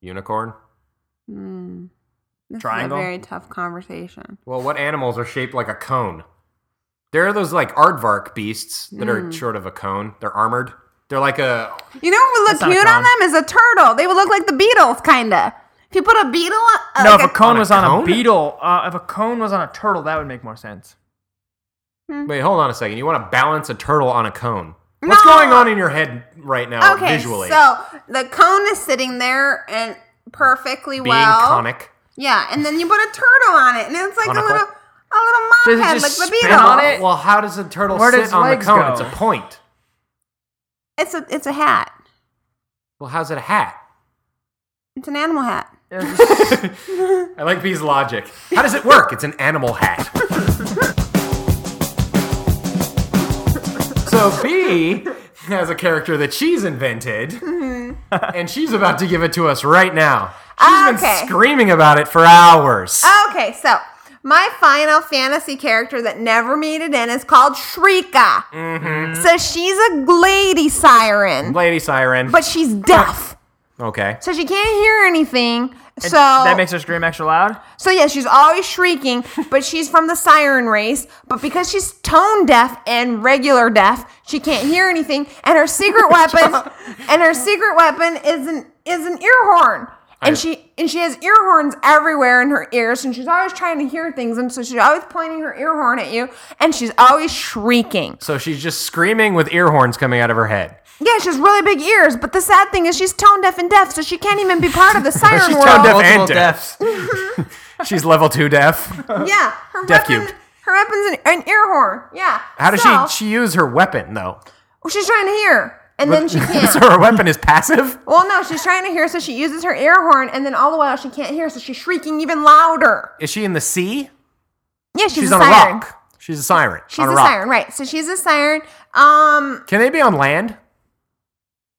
Speaker 1: unicorn.
Speaker 3: This
Speaker 4: Triangle?
Speaker 3: Is a very tough conversation.
Speaker 1: Well, what animals are shaped like a cone? There are those like aardvark beasts that
Speaker 4: Hmm.
Speaker 1: are sort of a cone. They're armored. They're like a
Speaker 3: You know what would look
Speaker 4: not a
Speaker 3: cute on
Speaker 4: cone.
Speaker 3: them is a turtle. They would look like the Beatles, kinda. If you put a beetle, on, uh,
Speaker 4: No,
Speaker 3: like
Speaker 4: if a cone
Speaker 1: a
Speaker 4: was on
Speaker 1: cone?
Speaker 4: a beetle, uh, if a cone was on a turtle, that would make more sense.
Speaker 1: Wait, hold on a second. You want to balance a turtle on a cone? What's
Speaker 3: No.
Speaker 1: going on in your head right now
Speaker 3: okay,
Speaker 1: visually?
Speaker 3: so the cone is sitting there and perfectly
Speaker 1: Being
Speaker 3: well.
Speaker 1: conic.
Speaker 3: Yeah, and then you put a turtle on it, and it's like
Speaker 1: Conical?
Speaker 3: a little, a little mop
Speaker 4: Does it
Speaker 3: head, like
Speaker 4: just
Speaker 3: the
Speaker 4: spin
Speaker 3: beetle.
Speaker 4: on it?
Speaker 1: Well, how does a turtle
Speaker 4: Where
Speaker 1: sit
Speaker 4: does
Speaker 1: on the
Speaker 4: legs
Speaker 1: cone?
Speaker 4: go?
Speaker 1: It's a point.
Speaker 3: It's a, it's a hat.
Speaker 1: Well, how's it a hat?
Speaker 3: It's an animal hat.
Speaker 1: I like B's logic. How does it work? It's an animal hat.
Speaker 3: Mm-hmm.
Speaker 1: so B has a character that she's invented and she's about to give it to us right now. She's
Speaker 3: Okay. Uh,
Speaker 1: been screaming about it for hours.
Speaker 3: Okay, so my final fantasy character that never made it in is called Shrika.
Speaker 4: Mm-hmm.
Speaker 3: So she's a lady siren,
Speaker 1: Lady Siren.
Speaker 3: but she's deaf,
Speaker 1: okay.
Speaker 3: so she can't hear anything. So
Speaker 4: that makes her scream extra loud.
Speaker 3: so yeah, she's always shrieking, but she's from the siren race. But because she's tone deaf and regular deaf, she can't hear anything. And her secret weapon, and her secret weapon is an is an ear horn. And
Speaker 1: I-
Speaker 3: she and she has ear horns everywhere in her ears, and she's always trying to hear things, and so she's always pointing her ear horn at you, and she's always shrieking.
Speaker 1: So she's just screaming with ear horns coming out of her head.
Speaker 3: Yeah, she has really big ears, but the sad thing is she's tone deaf and deaf, so she can't even be part of the siren
Speaker 1: She's
Speaker 3: world.
Speaker 1: tone deaf
Speaker 7: Multiple
Speaker 1: and deaf. she's level two deaf.
Speaker 3: Yeah, her
Speaker 1: Deaf
Speaker 3: weapon,
Speaker 1: cubed.
Speaker 3: her weapon's an, an ear horn. Yeah.
Speaker 1: How does
Speaker 3: So-
Speaker 1: she she use her weapon though?
Speaker 3: Well, she's trying to hear, and then she can't.
Speaker 1: so her weapon is passive.
Speaker 3: Well, no, she's trying to hear, so she uses her air horn, and then all the while she can't hear, so she's shrieking even louder.
Speaker 1: Is she in the sea?
Speaker 3: Yeah, she's,
Speaker 1: She's
Speaker 3: a
Speaker 1: on
Speaker 3: siren.
Speaker 1: a rock. She's a siren.
Speaker 3: She's
Speaker 1: on
Speaker 3: a,
Speaker 1: a, rock.
Speaker 3: siren, right? So she's a siren. Um,
Speaker 1: Can they be on land?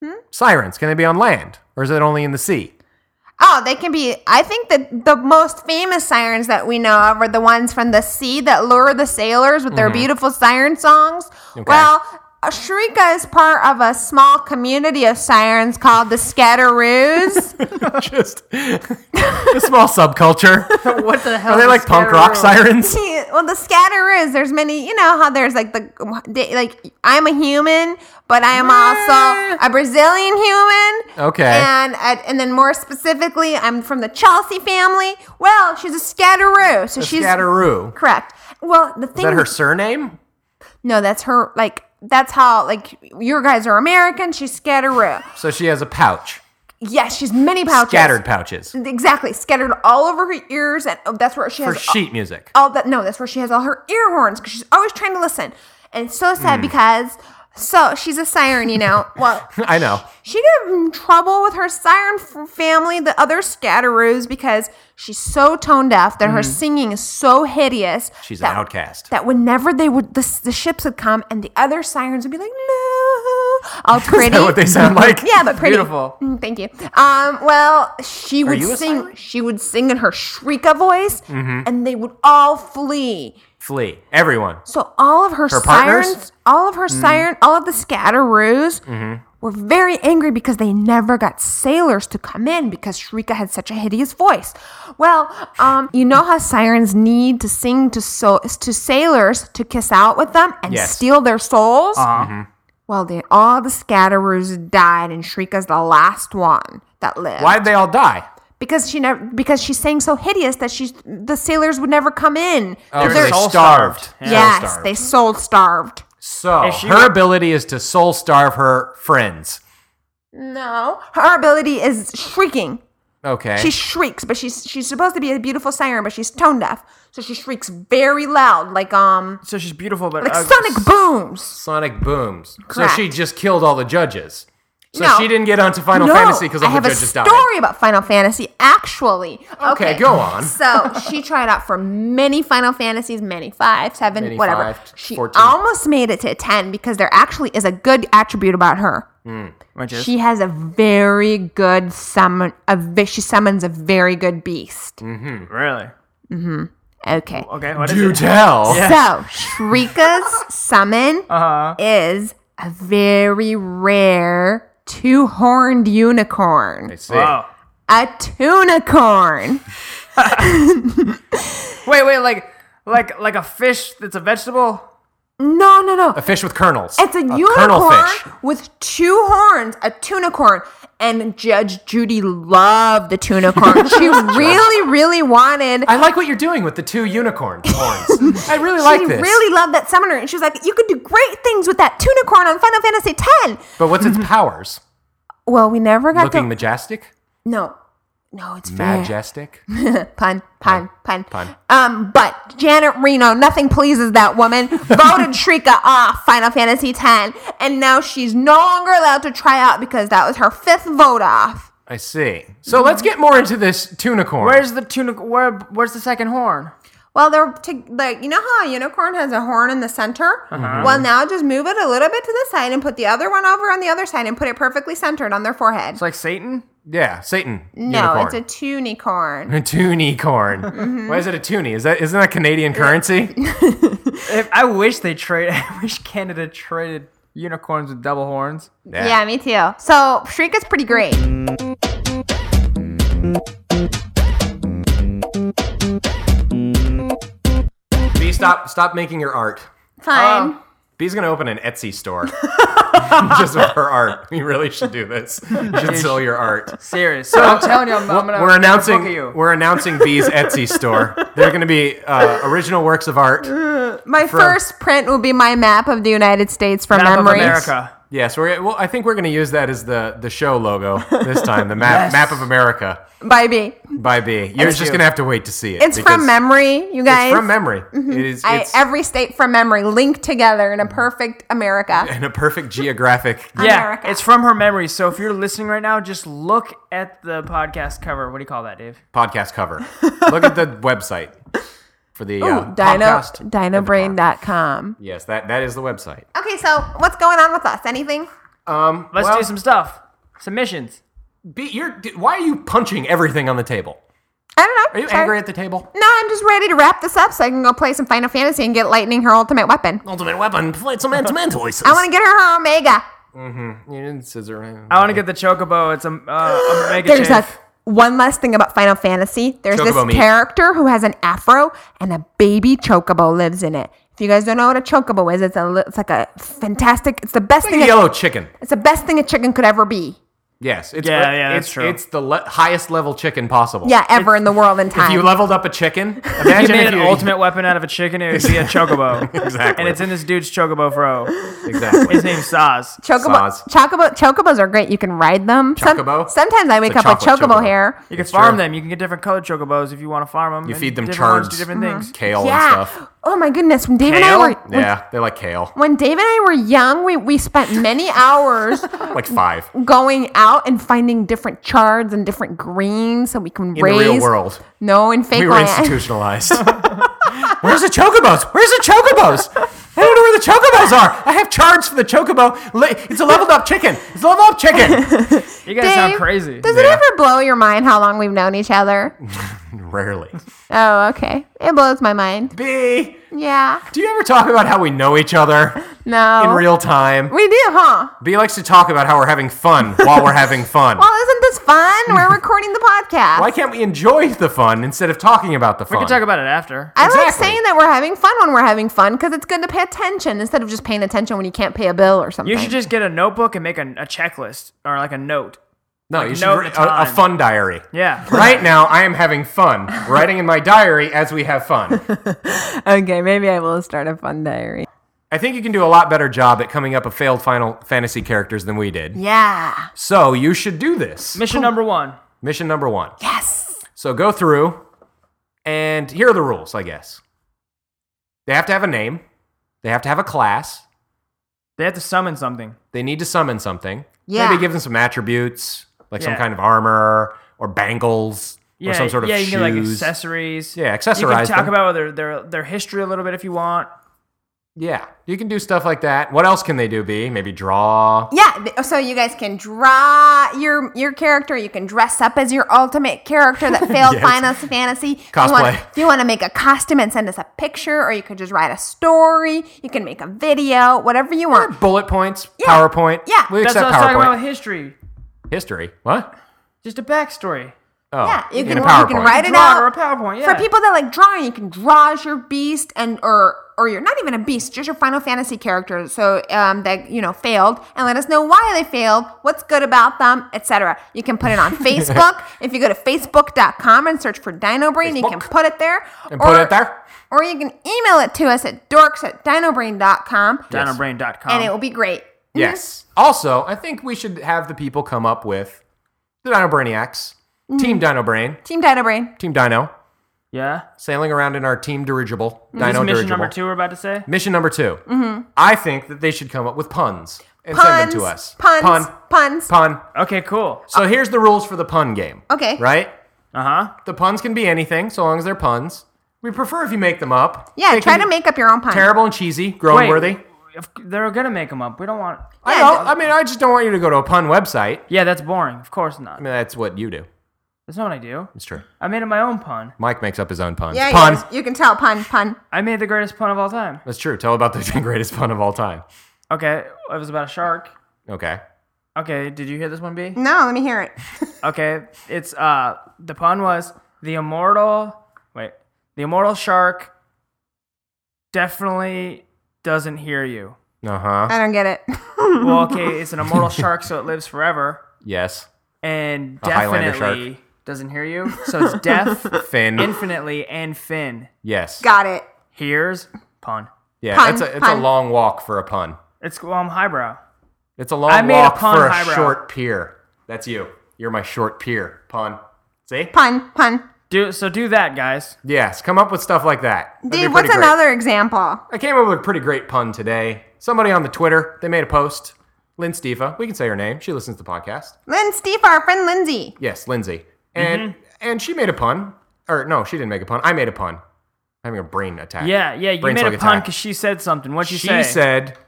Speaker 3: Hmm?
Speaker 1: Sirens. Can they be on land, or is it only in the sea?
Speaker 3: oh, they can be. I think that the most famous sirens that we know of are the ones from the sea that lure the sailors with
Speaker 1: Mm-hmm.
Speaker 3: their beautiful siren songs. Well. uh, Shrika is part of a small community of sirens called the Scatteroos.
Speaker 1: Just a small subculture.
Speaker 7: what the hell?
Speaker 1: Are they like punk rock sirens?
Speaker 3: well, the scatter is there's many. You know how there's like the they, like I'm a human, but I am also a Brazilian human.
Speaker 1: Okay.
Speaker 3: And I, and then more specifically, I'm from the Chelsea family. Well, she's a scatteroo, so she's
Speaker 1: Scatteroo.
Speaker 3: correct. Well, the
Speaker 1: Is
Speaker 3: thing
Speaker 1: that her surname?
Speaker 3: no, that's her. Like that's how like your guys are American. She's scatteroo.
Speaker 1: So she has a pouch.
Speaker 3: Yes, she's many pouches.
Speaker 1: Scattered pouches
Speaker 3: Exactly, scattered all over her ears, and oh, that's where she
Speaker 1: for
Speaker 3: has
Speaker 1: sheet music.
Speaker 3: all that no that's where she has all her ear horns because she's always trying to listen and it's so
Speaker 1: Hmm.
Speaker 3: sad because so she's a siren you know well
Speaker 1: I know.
Speaker 3: she got in trouble with her siren f- family the other scatteroos because she's so tone deaf that her singing is so hideous
Speaker 1: Hmm. She's
Speaker 3: that,
Speaker 1: an outcast.
Speaker 3: that whenever they would the, s- the ships would come and the other sirens would be like no all pretty
Speaker 1: Is that what they sound like?
Speaker 3: yeah, but pretty
Speaker 4: Beautiful.
Speaker 3: Mm, Thank you. Um, well, she would
Speaker 1: you a Mm-hmm.
Speaker 3: sing. She would sing in her shrieka voice, and they would all flee.
Speaker 1: Flee. Everyone.
Speaker 3: So all of her,
Speaker 1: partners? Mm-hmm.
Speaker 3: sirens, all of her siren, all of the scatteroos were very angry because they never got sailors to come in because Shrika had such a hideous voice. Well, um, you know how sirens need to sing to so to sailors to kiss out with them and
Speaker 1: Yes. Uh-huh.
Speaker 3: steal their souls.
Speaker 1: Mm-hmm.
Speaker 3: Well, they, all the scatteroos died, and Shrika's the last one that lived
Speaker 1: Why'd they all die?
Speaker 3: because she never because she sang so hideous that she the sailors would never come in.
Speaker 1: Oh, so
Speaker 3: They're-
Speaker 1: they
Speaker 4: soul
Speaker 1: starved.
Speaker 4: starved.
Speaker 1: Soul
Speaker 3: yes,
Speaker 1: starved.
Speaker 3: they soul starved.
Speaker 1: So
Speaker 4: she
Speaker 1: her
Speaker 4: were-
Speaker 1: ability is to soul starve her friends.
Speaker 3: No, her ability is shrieking.
Speaker 1: Okay.
Speaker 3: She shrieks, but she's she's supposed to be a beautiful siren, but she's tone deaf, so she shrieks very loud, like um,
Speaker 4: So she's beautiful, but
Speaker 3: like
Speaker 1: Uh,
Speaker 4: ugly.
Speaker 3: sonic booms.
Speaker 1: Sonic booms.
Speaker 3: Correct.
Speaker 1: So she just killed all the judges. So
Speaker 3: No.
Speaker 1: she didn't get onto Final
Speaker 3: no,
Speaker 1: Fantasy because all
Speaker 3: I have
Speaker 1: the
Speaker 3: a
Speaker 1: judges
Speaker 3: story
Speaker 1: died.
Speaker 3: about Final Fantasy. Actually, okay,
Speaker 1: go on.
Speaker 3: so she tried out for many Final Fantasies, many five, seven,
Speaker 1: Many
Speaker 3: whatever.
Speaker 1: five,
Speaker 3: she
Speaker 1: 14.
Speaker 3: almost made it to ten because there actually is a good attribute about her.
Speaker 7: Which is,
Speaker 3: She has a very good summon. A vi- she summons a very good beast.
Speaker 1: Mm.
Speaker 4: really.
Speaker 3: Okay.
Speaker 4: Okay, what is
Speaker 1: You
Speaker 4: it?
Speaker 1: tell.
Speaker 3: So Shrika's summon
Speaker 1: Uh-huh.
Speaker 3: is a very rare two-horned unicorn,
Speaker 1: I see.
Speaker 4: Wow.
Speaker 3: a tunicorn.
Speaker 4: Wait, wait, like, like, like a fish that's a vegetable.
Speaker 3: No, no, no.
Speaker 1: A fish with kernels.
Speaker 3: It's a,
Speaker 1: kernel
Speaker 3: unicorn
Speaker 1: fish.
Speaker 3: with two horns, a tunicorn. And Judge Judy loved the tunicorn. she really, really wanted.
Speaker 1: I like what you're doing with the two unicorn horns. I really like
Speaker 3: she
Speaker 1: this.
Speaker 3: really loved that summoner, and she was like, "You could do great things with that tunicorn on Final Fantasy X."
Speaker 1: But what's its powers?
Speaker 3: Well, we never got
Speaker 1: Looking
Speaker 3: to.
Speaker 1: majestic?
Speaker 3: no, no, it's fair.
Speaker 1: Majestic?
Speaker 3: Pun, pun, pun,
Speaker 1: Pun.
Speaker 3: Um, but Janet Reno, nothing pleases that woman. voted Shrika off Final Fantasy X, and now she's no longer allowed to try out because that was her fifth vote off.
Speaker 1: I see. So let's get more into this tunicorn.
Speaker 4: Where's the tunic? Where, where's the second horn?
Speaker 3: Well, they're to, like you know how a unicorn has a horn in the center. Well, now just move it a little bit to the side and put the other one over on the other side and put it perfectly centered on their forehead.
Speaker 4: It's like Satan.
Speaker 1: Yeah, Satan.
Speaker 3: no,
Speaker 1: unicorn.
Speaker 3: it's a Mm-hmm. tunicorn.
Speaker 1: A tunicorn. Why is it a toonie? Is that isn't that
Speaker 3: Uh,
Speaker 1: Canadian currency?
Speaker 4: If, I wish they trade. I wish Canada traded unicorns with double horns.
Speaker 3: Yeah, me too. So Shrika's pretty great.
Speaker 4: Mm.
Speaker 1: B, stop stop making your art.
Speaker 3: Fine.
Speaker 4: Um,
Speaker 1: B's gonna open an Etsy store just with her art. You really should do this. You should sell your art.
Speaker 4: Serious. So I'm telling you, I'm, I'm gonna.
Speaker 1: We're
Speaker 4: I'm gonna
Speaker 1: announcing
Speaker 4: book you.
Speaker 1: we're announcing B's Etsy store. They're gonna be uh, original works of art.
Speaker 3: My first print will be my map of the United States from
Speaker 4: Map of
Speaker 3: memory.
Speaker 4: America.
Speaker 1: Yes, we're well. I think we're gonna use that as the the show logo this time. The map map of America
Speaker 3: Baby.
Speaker 1: by B. You're just
Speaker 4: you.
Speaker 1: gonna have to wait to see it.
Speaker 3: It's
Speaker 1: because
Speaker 3: from memory, you
Speaker 1: It's
Speaker 3: guys. Mm-hmm.
Speaker 1: from memory. It is.
Speaker 3: I,
Speaker 1: it's-
Speaker 3: every state from memory linked together in a perfect America.
Speaker 1: in a perfect geographic
Speaker 4: Yeah,
Speaker 3: America.
Speaker 4: it's from her memory. So if you're listening right now, just look at the podcast cover. What do you call that, Dave?
Speaker 1: podcast cover. Look at the website for the uh,
Speaker 3: Dino,
Speaker 1: podcast.
Speaker 3: dinobrain.com.
Speaker 1: Yes, that, that is the website.
Speaker 3: Okay, so what's going on with us? Anything?
Speaker 1: Um,
Speaker 4: Let's
Speaker 1: well,
Speaker 4: do some stuff. Submissions.
Speaker 1: B, you're, d- why are you punching everything on the table?
Speaker 3: I don't know.
Speaker 1: Are you
Speaker 3: Sorry.
Speaker 1: angry at the table?
Speaker 3: No, I'm just ready to wrap this up so I can go play some Final Fantasy and get Lightning her ultimate weapon.
Speaker 1: Ultimate weapon, play some ultimate toys.
Speaker 3: I want to get her her Omega.
Speaker 1: You didn't scissor.
Speaker 4: I want to get the chocobo. It's a, uh, a mega
Speaker 3: There's
Speaker 4: chain.
Speaker 3: a one last thing about Final Fantasy. There's
Speaker 1: Chocobo
Speaker 3: this
Speaker 1: meat.
Speaker 3: character who has an afro and a baby chocobo lives in it. If you guys don't know what a chocobo is, it's a li- it's like a fantastic. It's the best thing.
Speaker 1: Big
Speaker 3: A,
Speaker 1: yellow chicken.
Speaker 3: it's the best thing a chicken could ever be.
Speaker 1: Yes, it's
Speaker 4: Yeah, yeah,
Speaker 1: it's,
Speaker 4: that's true.
Speaker 1: It's the le- highest level chicken possible.
Speaker 3: Yeah, ever in the world in
Speaker 1: If
Speaker 3: time.
Speaker 1: you leveled up a chicken,
Speaker 4: If
Speaker 1: imagine
Speaker 4: you made
Speaker 1: if
Speaker 4: an
Speaker 1: you
Speaker 4: ultimate weapon out of a chicken, it would be a chocobo.
Speaker 1: Exactly.
Speaker 4: And it's in this dude's chocobo fro.
Speaker 1: exactly.
Speaker 4: His name's Saz.
Speaker 3: chocobo,
Speaker 1: Saws.
Speaker 3: chocobo, chocobos are great. You can ride them. Some-
Speaker 1: Chocobo?
Speaker 3: sometimes I wake
Speaker 1: a
Speaker 3: up with
Speaker 1: chocolate
Speaker 3: chocobo,
Speaker 1: chocobo.
Speaker 3: hair.
Speaker 4: You can
Speaker 1: It's
Speaker 4: farm
Speaker 1: true.
Speaker 4: them. You can get different colored chocobos if you want to farm them.
Speaker 1: You
Speaker 4: and
Speaker 1: feed them
Speaker 4: different ones do
Speaker 1: chards. hmm,
Speaker 4: different things.
Speaker 1: Kale
Speaker 3: Yeah.
Speaker 1: and stuff.
Speaker 3: Oh my goodness. When Dave and I were when,
Speaker 1: Yeah, they like kale.
Speaker 3: when Dave and I were young, we, we spent many hours
Speaker 1: Like five.
Speaker 3: going out and finding different chards and different greens so we can
Speaker 1: In
Speaker 3: raise
Speaker 1: the real world.
Speaker 3: No, in fake
Speaker 1: We were
Speaker 3: land.
Speaker 1: institutionalized. Where's the chocobos? Where's the chocobos? I don't know where the chocobos are. I have charts for the chocobo. Le- It's a leveled up chicken. It's a leveled up chicken.
Speaker 4: You guys sound crazy.
Speaker 3: Mm-hmm. Does it
Speaker 1: Yeah.
Speaker 3: ever blow your mind how long we've known each other?
Speaker 1: Rarely.
Speaker 3: Oh, okay. It blows my mind.
Speaker 1: B,
Speaker 3: Yeah.
Speaker 1: do you ever talk about how we know each other
Speaker 3: No.
Speaker 4: Oh.
Speaker 1: in real time?
Speaker 3: we do, huh?
Speaker 1: B likes to talk about how we're having fun while we're having fun.
Speaker 3: Well, isn't this fun? We're recording the podcast.
Speaker 1: Why can't we enjoy the fun instead of talking about the
Speaker 4: We
Speaker 1: fun?
Speaker 4: can talk about it after.
Speaker 3: I like
Speaker 1: Exactly.
Speaker 3: saying that we're having fun when we're having fun because it's good to pay attention instead of just paying attention when you can't pay a bill or something.
Speaker 4: You should just get a notebook and make a, a checklist or like a note.
Speaker 1: no, you should
Speaker 4: note
Speaker 1: re-
Speaker 4: the
Speaker 1: a, a
Speaker 4: time.
Speaker 1: fun diary.
Speaker 4: Yeah.
Speaker 1: Right now, I am having fun writing in my diary as we have fun.
Speaker 3: okay, maybe I will start a fun diary.
Speaker 1: I think you can do a lot better job at coming up with failed Final Fantasy characters than we did.
Speaker 3: Yeah.
Speaker 1: So you should do this.
Speaker 4: Mission number one.
Speaker 1: Mission number one.
Speaker 3: Yes.
Speaker 1: So go through, and here are the rules, I guess. They have to have a name, they have to have a class,
Speaker 4: They have to summon something.
Speaker 1: they need to summon something.
Speaker 3: Yeah.
Speaker 1: Maybe give them some attributes, like some
Speaker 4: Yeah.
Speaker 1: kind of armor or bangles
Speaker 4: Yeah,
Speaker 1: or some sort of
Speaker 4: yeah, you
Speaker 1: shoes.
Speaker 4: can get like accessories.
Speaker 1: Yeah,
Speaker 4: You can
Speaker 1: accessorize
Speaker 4: talk
Speaker 1: them.
Speaker 4: about their, their their history a little bit if you want.
Speaker 1: yeah, you can do stuff like that. What else can they do, B? Maybe draw.
Speaker 3: Yeah, th- so you guys can draw your your character. You can dress up as your ultimate character that failed
Speaker 1: Yes.
Speaker 3: Final Fantasy.
Speaker 1: Cosplay.
Speaker 3: If you want to make a costume and send us a picture, or you could just write a story. You can make a video, whatever you want.
Speaker 1: Bullet points, PowerPoint.
Speaker 3: Yeah.
Speaker 1: we
Speaker 4: That's what
Speaker 1: accept
Speaker 4: I was talking
Speaker 1: PowerPoint.
Speaker 4: about with history.
Speaker 1: History. What?
Speaker 4: Just a backstory.
Speaker 1: Oh,
Speaker 3: Yeah, you
Speaker 1: in
Speaker 3: can,
Speaker 1: a
Speaker 3: you
Speaker 1: PowerPoint.
Speaker 3: can write it
Speaker 4: Draw or a
Speaker 3: out.
Speaker 4: PowerPoint, yeah.
Speaker 3: For people that like drawing, you can draw as your beast and or or you're not even a beast, just your Final Fantasy character. So um, that you know failed, and let us know why they failed, what's good about them, etc. You can put it on Facebook. if you go to facebook.com and search for Dino Brain, you can
Speaker 1: Facebook.
Speaker 3: put it there.
Speaker 1: and put it there.
Speaker 3: Or Mm-hmm. you can email it to us at dorks at dinobrain.com,
Speaker 4: Dinobrain.com.
Speaker 3: and it will be great. Mhm.
Speaker 1: Yes. Also, I think we should have the people come up with the Dino Brainiacs,
Speaker 3: Mm-hmm.
Speaker 1: Team Dino Brain,
Speaker 3: Team Dino Brain.
Speaker 1: Team Dino,
Speaker 4: yeah.
Speaker 1: sailing around in our team dirigible,
Speaker 4: This is
Speaker 1: Dino
Speaker 4: mission
Speaker 1: dirigible.
Speaker 4: number two we're about to say.
Speaker 1: Mission number 2 I think that they should come up with puns and send
Speaker 3: Mm-hmm. Puns,
Speaker 1: them to us.
Speaker 3: puns,
Speaker 1: Pun.
Speaker 3: puns.
Speaker 1: Pun.
Speaker 4: Okay, cool.
Speaker 1: So here's the rules for the pun game.
Speaker 3: Okay.
Speaker 1: Right?
Speaker 4: Uh huh.
Speaker 1: The puns can be anything, so long as they're puns. We prefer if you make them up.
Speaker 3: Yeah,
Speaker 1: They
Speaker 3: try
Speaker 1: can
Speaker 3: to
Speaker 1: be
Speaker 3: make up your own pun.
Speaker 1: terrible and cheesy, grown Oh, worthy.
Speaker 4: If- They're gonna make them up. We don't want.
Speaker 1: I
Speaker 3: Yeah,
Speaker 1: know.
Speaker 3: d-
Speaker 1: I mean, I just don't want you to go to a pun website.
Speaker 4: Yeah, that's boring. Of course
Speaker 1: I
Speaker 4: not.
Speaker 1: mean, that's what you do.
Speaker 4: That's not what I do.
Speaker 1: It's true.
Speaker 4: I made up my own pun.
Speaker 1: Mike makes up his own puns.
Speaker 3: Yeah,
Speaker 1: pun.
Speaker 3: yes, you can tell pun pun.
Speaker 4: I made the greatest pun of all time.
Speaker 1: That's true. Tell about the greatest pun of all time.
Speaker 4: Okay, it was about a shark.
Speaker 1: Okay.
Speaker 4: Okay, did you hear this one, B?
Speaker 3: No, let me hear it.
Speaker 4: Okay, it's uh the pun was the immortal. Wait, the immortal shark definitely doesn't hear you.
Speaker 1: Uh huh.
Speaker 3: I don't get it.
Speaker 4: Well, okay, it's an immortal shark, so it lives forever,
Speaker 1: Yes.
Speaker 4: and
Speaker 1: A Highlander
Speaker 4: definitely doesn't hear you. So it's deaf,
Speaker 1: Finn.
Speaker 4: infinitely, and Finn
Speaker 1: yes.
Speaker 3: Got it.
Speaker 4: hears pun.
Speaker 1: yeah.
Speaker 3: Pun,
Speaker 1: it's a it's a
Speaker 3: pun.
Speaker 1: long walk for a pun.
Speaker 4: It's well, I'm highbrow.
Speaker 1: It's a long
Speaker 4: I made a
Speaker 1: walk
Speaker 4: pun
Speaker 1: for a
Speaker 4: highbrow.
Speaker 1: short pier. That's you. You're my short pier pun. See?
Speaker 3: Pun pun.
Speaker 4: Do so. Do that, guys.
Speaker 1: Yes. Come up with stuff like that. That'd be
Speaker 3: Dave, what's
Speaker 1: pretty great.
Speaker 3: another example?
Speaker 1: I came up with a pretty great pun today. Somebody on the Twitter, they made a post. Lynn Stefa, we can say her name. She listens to the podcast.
Speaker 3: Lynn Steve, our friend Lindsay.
Speaker 1: Yes, Lindsay. And
Speaker 4: Mm-hmm.
Speaker 1: and she made a pun. Or no, she didn't make a pun. I made a pun. I'm having a brain attack.
Speaker 4: Yeah, yeah. You
Speaker 1: Brain
Speaker 4: made
Speaker 1: slug
Speaker 4: a pun
Speaker 1: attack.
Speaker 4: because she said something. What'd you
Speaker 1: She
Speaker 4: say?
Speaker 1: said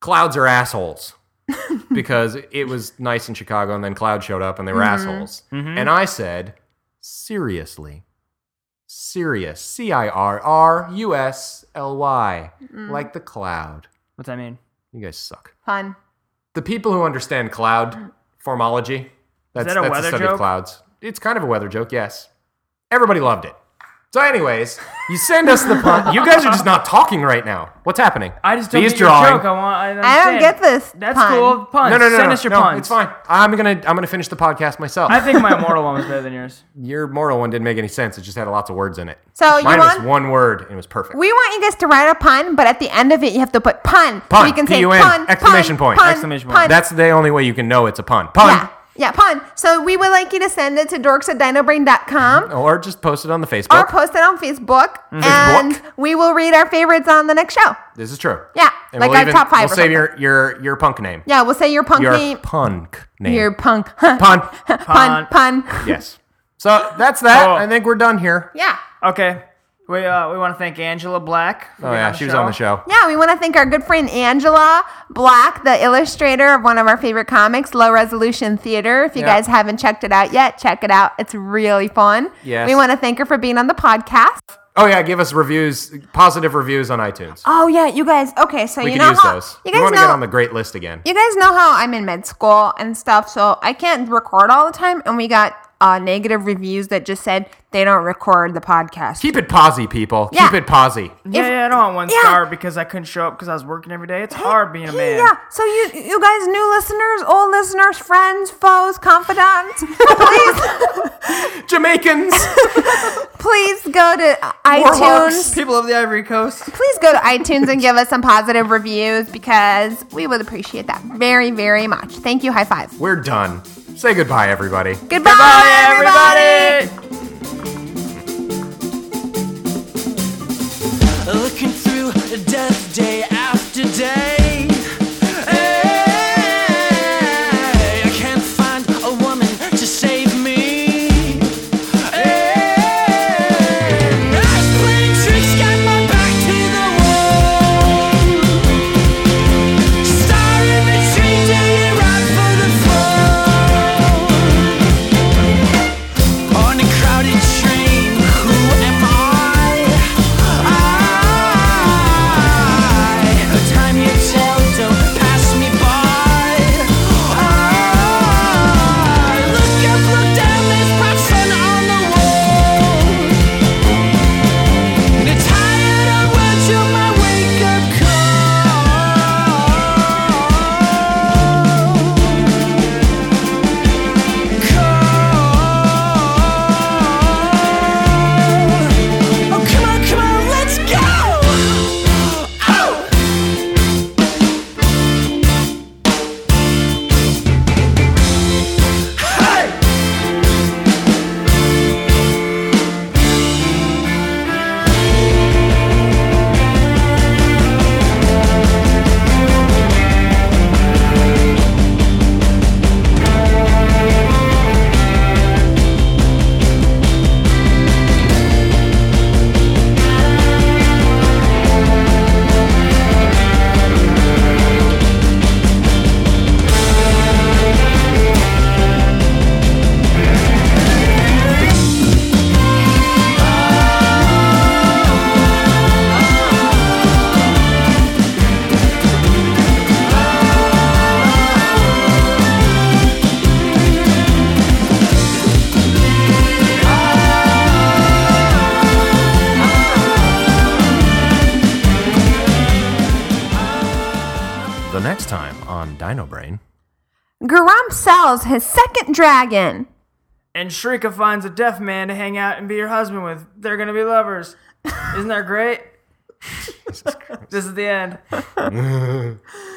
Speaker 1: clouds are assholes. because it was nice in Chicago and then cloud showed up and they were
Speaker 4: Mm-hmm.
Speaker 1: assholes. And I said, seriously. Serious. C I R R U S L Y. Like the cloud.
Speaker 4: What's that mean?
Speaker 1: You guys suck.
Speaker 3: Pun.
Speaker 1: The people who understand cloud formology, that's,
Speaker 4: Mm. that a
Speaker 1: that's
Speaker 4: weather
Speaker 1: the study
Speaker 4: joke?
Speaker 1: of clouds. It's kind of a weather joke, yes. Everybody loved it. So, anyways, you send us the pun. You guys are just not talking right now. What's happening?
Speaker 4: I just don't
Speaker 1: He's
Speaker 4: get your
Speaker 1: drawing.
Speaker 4: joke. I want. I,
Speaker 3: I don't
Speaker 4: understand.
Speaker 3: get this.
Speaker 4: That's
Speaker 3: pun.
Speaker 4: cool. Puns.
Speaker 1: No, no, no,
Speaker 4: Send
Speaker 1: no,
Speaker 4: us your
Speaker 1: no,
Speaker 4: puns.
Speaker 1: It's fine. I'm gonna, I'm gonna finish the podcast myself.
Speaker 4: I think my immortal one was better than yours.
Speaker 1: your moral one didn't make any sense. It just had lots of words in it.
Speaker 3: So you
Speaker 1: mine was
Speaker 3: want-
Speaker 1: one word and it was perfect.
Speaker 3: We want you guys to write a pun, but at the end of it, you have to put pun.
Speaker 1: Pun.
Speaker 3: So you can say
Speaker 1: P-U-N.
Speaker 3: pun.
Speaker 1: Exclamation
Speaker 3: pun,
Speaker 1: point.
Speaker 3: Pun,
Speaker 4: Exclamation
Speaker 3: pun.
Speaker 4: point.
Speaker 1: That's the only way you can know it's a pun. Pun.
Speaker 3: yeah. Yeah, pun. So we would like you to send it to dorks at dinobrain.com
Speaker 1: Or just post it on the
Speaker 3: or
Speaker 1: Facebook.
Speaker 3: post it on Facebook,
Speaker 1: Mm-hmm.
Speaker 3: and we will read our favorites on the next show.
Speaker 1: this is true.
Speaker 3: Yeah,
Speaker 1: And
Speaker 3: like
Speaker 1: we'll
Speaker 3: our
Speaker 1: even-
Speaker 3: top
Speaker 1: We'll
Speaker 3: five. or
Speaker 1: save
Speaker 3: something.
Speaker 1: your your your punk name.
Speaker 3: Yeah, we'll say your punk
Speaker 1: your
Speaker 3: name.
Speaker 1: punk name.
Speaker 3: Your punk.
Speaker 1: pun.
Speaker 3: pun. Pun.
Speaker 1: yes. So that's that.
Speaker 4: Oh.
Speaker 1: I think we're done here.
Speaker 3: Yeah.
Speaker 4: Okay. We uh, we want to thank Angela Black. for
Speaker 1: Oh
Speaker 4: being
Speaker 1: yeah, she was on the show.
Speaker 3: Yeah, we want to thank our good friend Angela Black, the illustrator of one of our favorite comics, Low Resolution Theater. If you
Speaker 1: Yeah.
Speaker 3: guys haven't checked it out yet, check it out. It's really fun.
Speaker 1: Yes.
Speaker 3: We want to thank her for being on the podcast.
Speaker 1: Oh yeah, give us reviews, positive reviews on iTunes.
Speaker 3: Oh yeah, you guys. Okay, so
Speaker 1: we
Speaker 3: you
Speaker 1: can
Speaker 3: know
Speaker 1: use
Speaker 3: how
Speaker 1: those. we
Speaker 3: you guys
Speaker 1: want to get on
Speaker 3: know
Speaker 1: the great list again.
Speaker 3: you guys know how I'm in med school and stuff, so I can't record all the time, and we got uh, negative reviews that just said they don't record the podcast.
Speaker 1: Keep it posy, people.
Speaker 3: Yeah.
Speaker 1: Keep it posy.
Speaker 4: Yeah,
Speaker 3: If-
Speaker 4: yeah, I don't want one
Speaker 3: yeah.
Speaker 4: star because I couldn't show up because I was working every day. It's hard being a man.
Speaker 3: Yeah. So you you guys, new listeners, old listeners, friends, foes, confidants, please
Speaker 1: Jamaicans,
Speaker 3: please go to iTunes.
Speaker 1: Warlocks.
Speaker 4: People of the Ivory Coast.
Speaker 3: Please go to iTunes and give us some positive reviews because we would appreciate that very very much. Thank you. High five.
Speaker 1: we're done. Say goodbye, everybody.
Speaker 3: Goodbye,
Speaker 4: Bye,
Speaker 3: everybody.
Speaker 4: everybody.
Speaker 8: looking through death day after day. Hey, I can't find a woman to save me. Hey, nurse playing tricks got my back to the wall. Star in the tree, do you run for the fall? On a crowded train, who am I? I Oh, Oh!
Speaker 1: So next time on Dino Brain.
Speaker 3: Garump sells his second dragon.
Speaker 4: And Shrika finds a deaf man to hang out and be your husband with. They're gonna be lovers. Isn't that great? this is the end.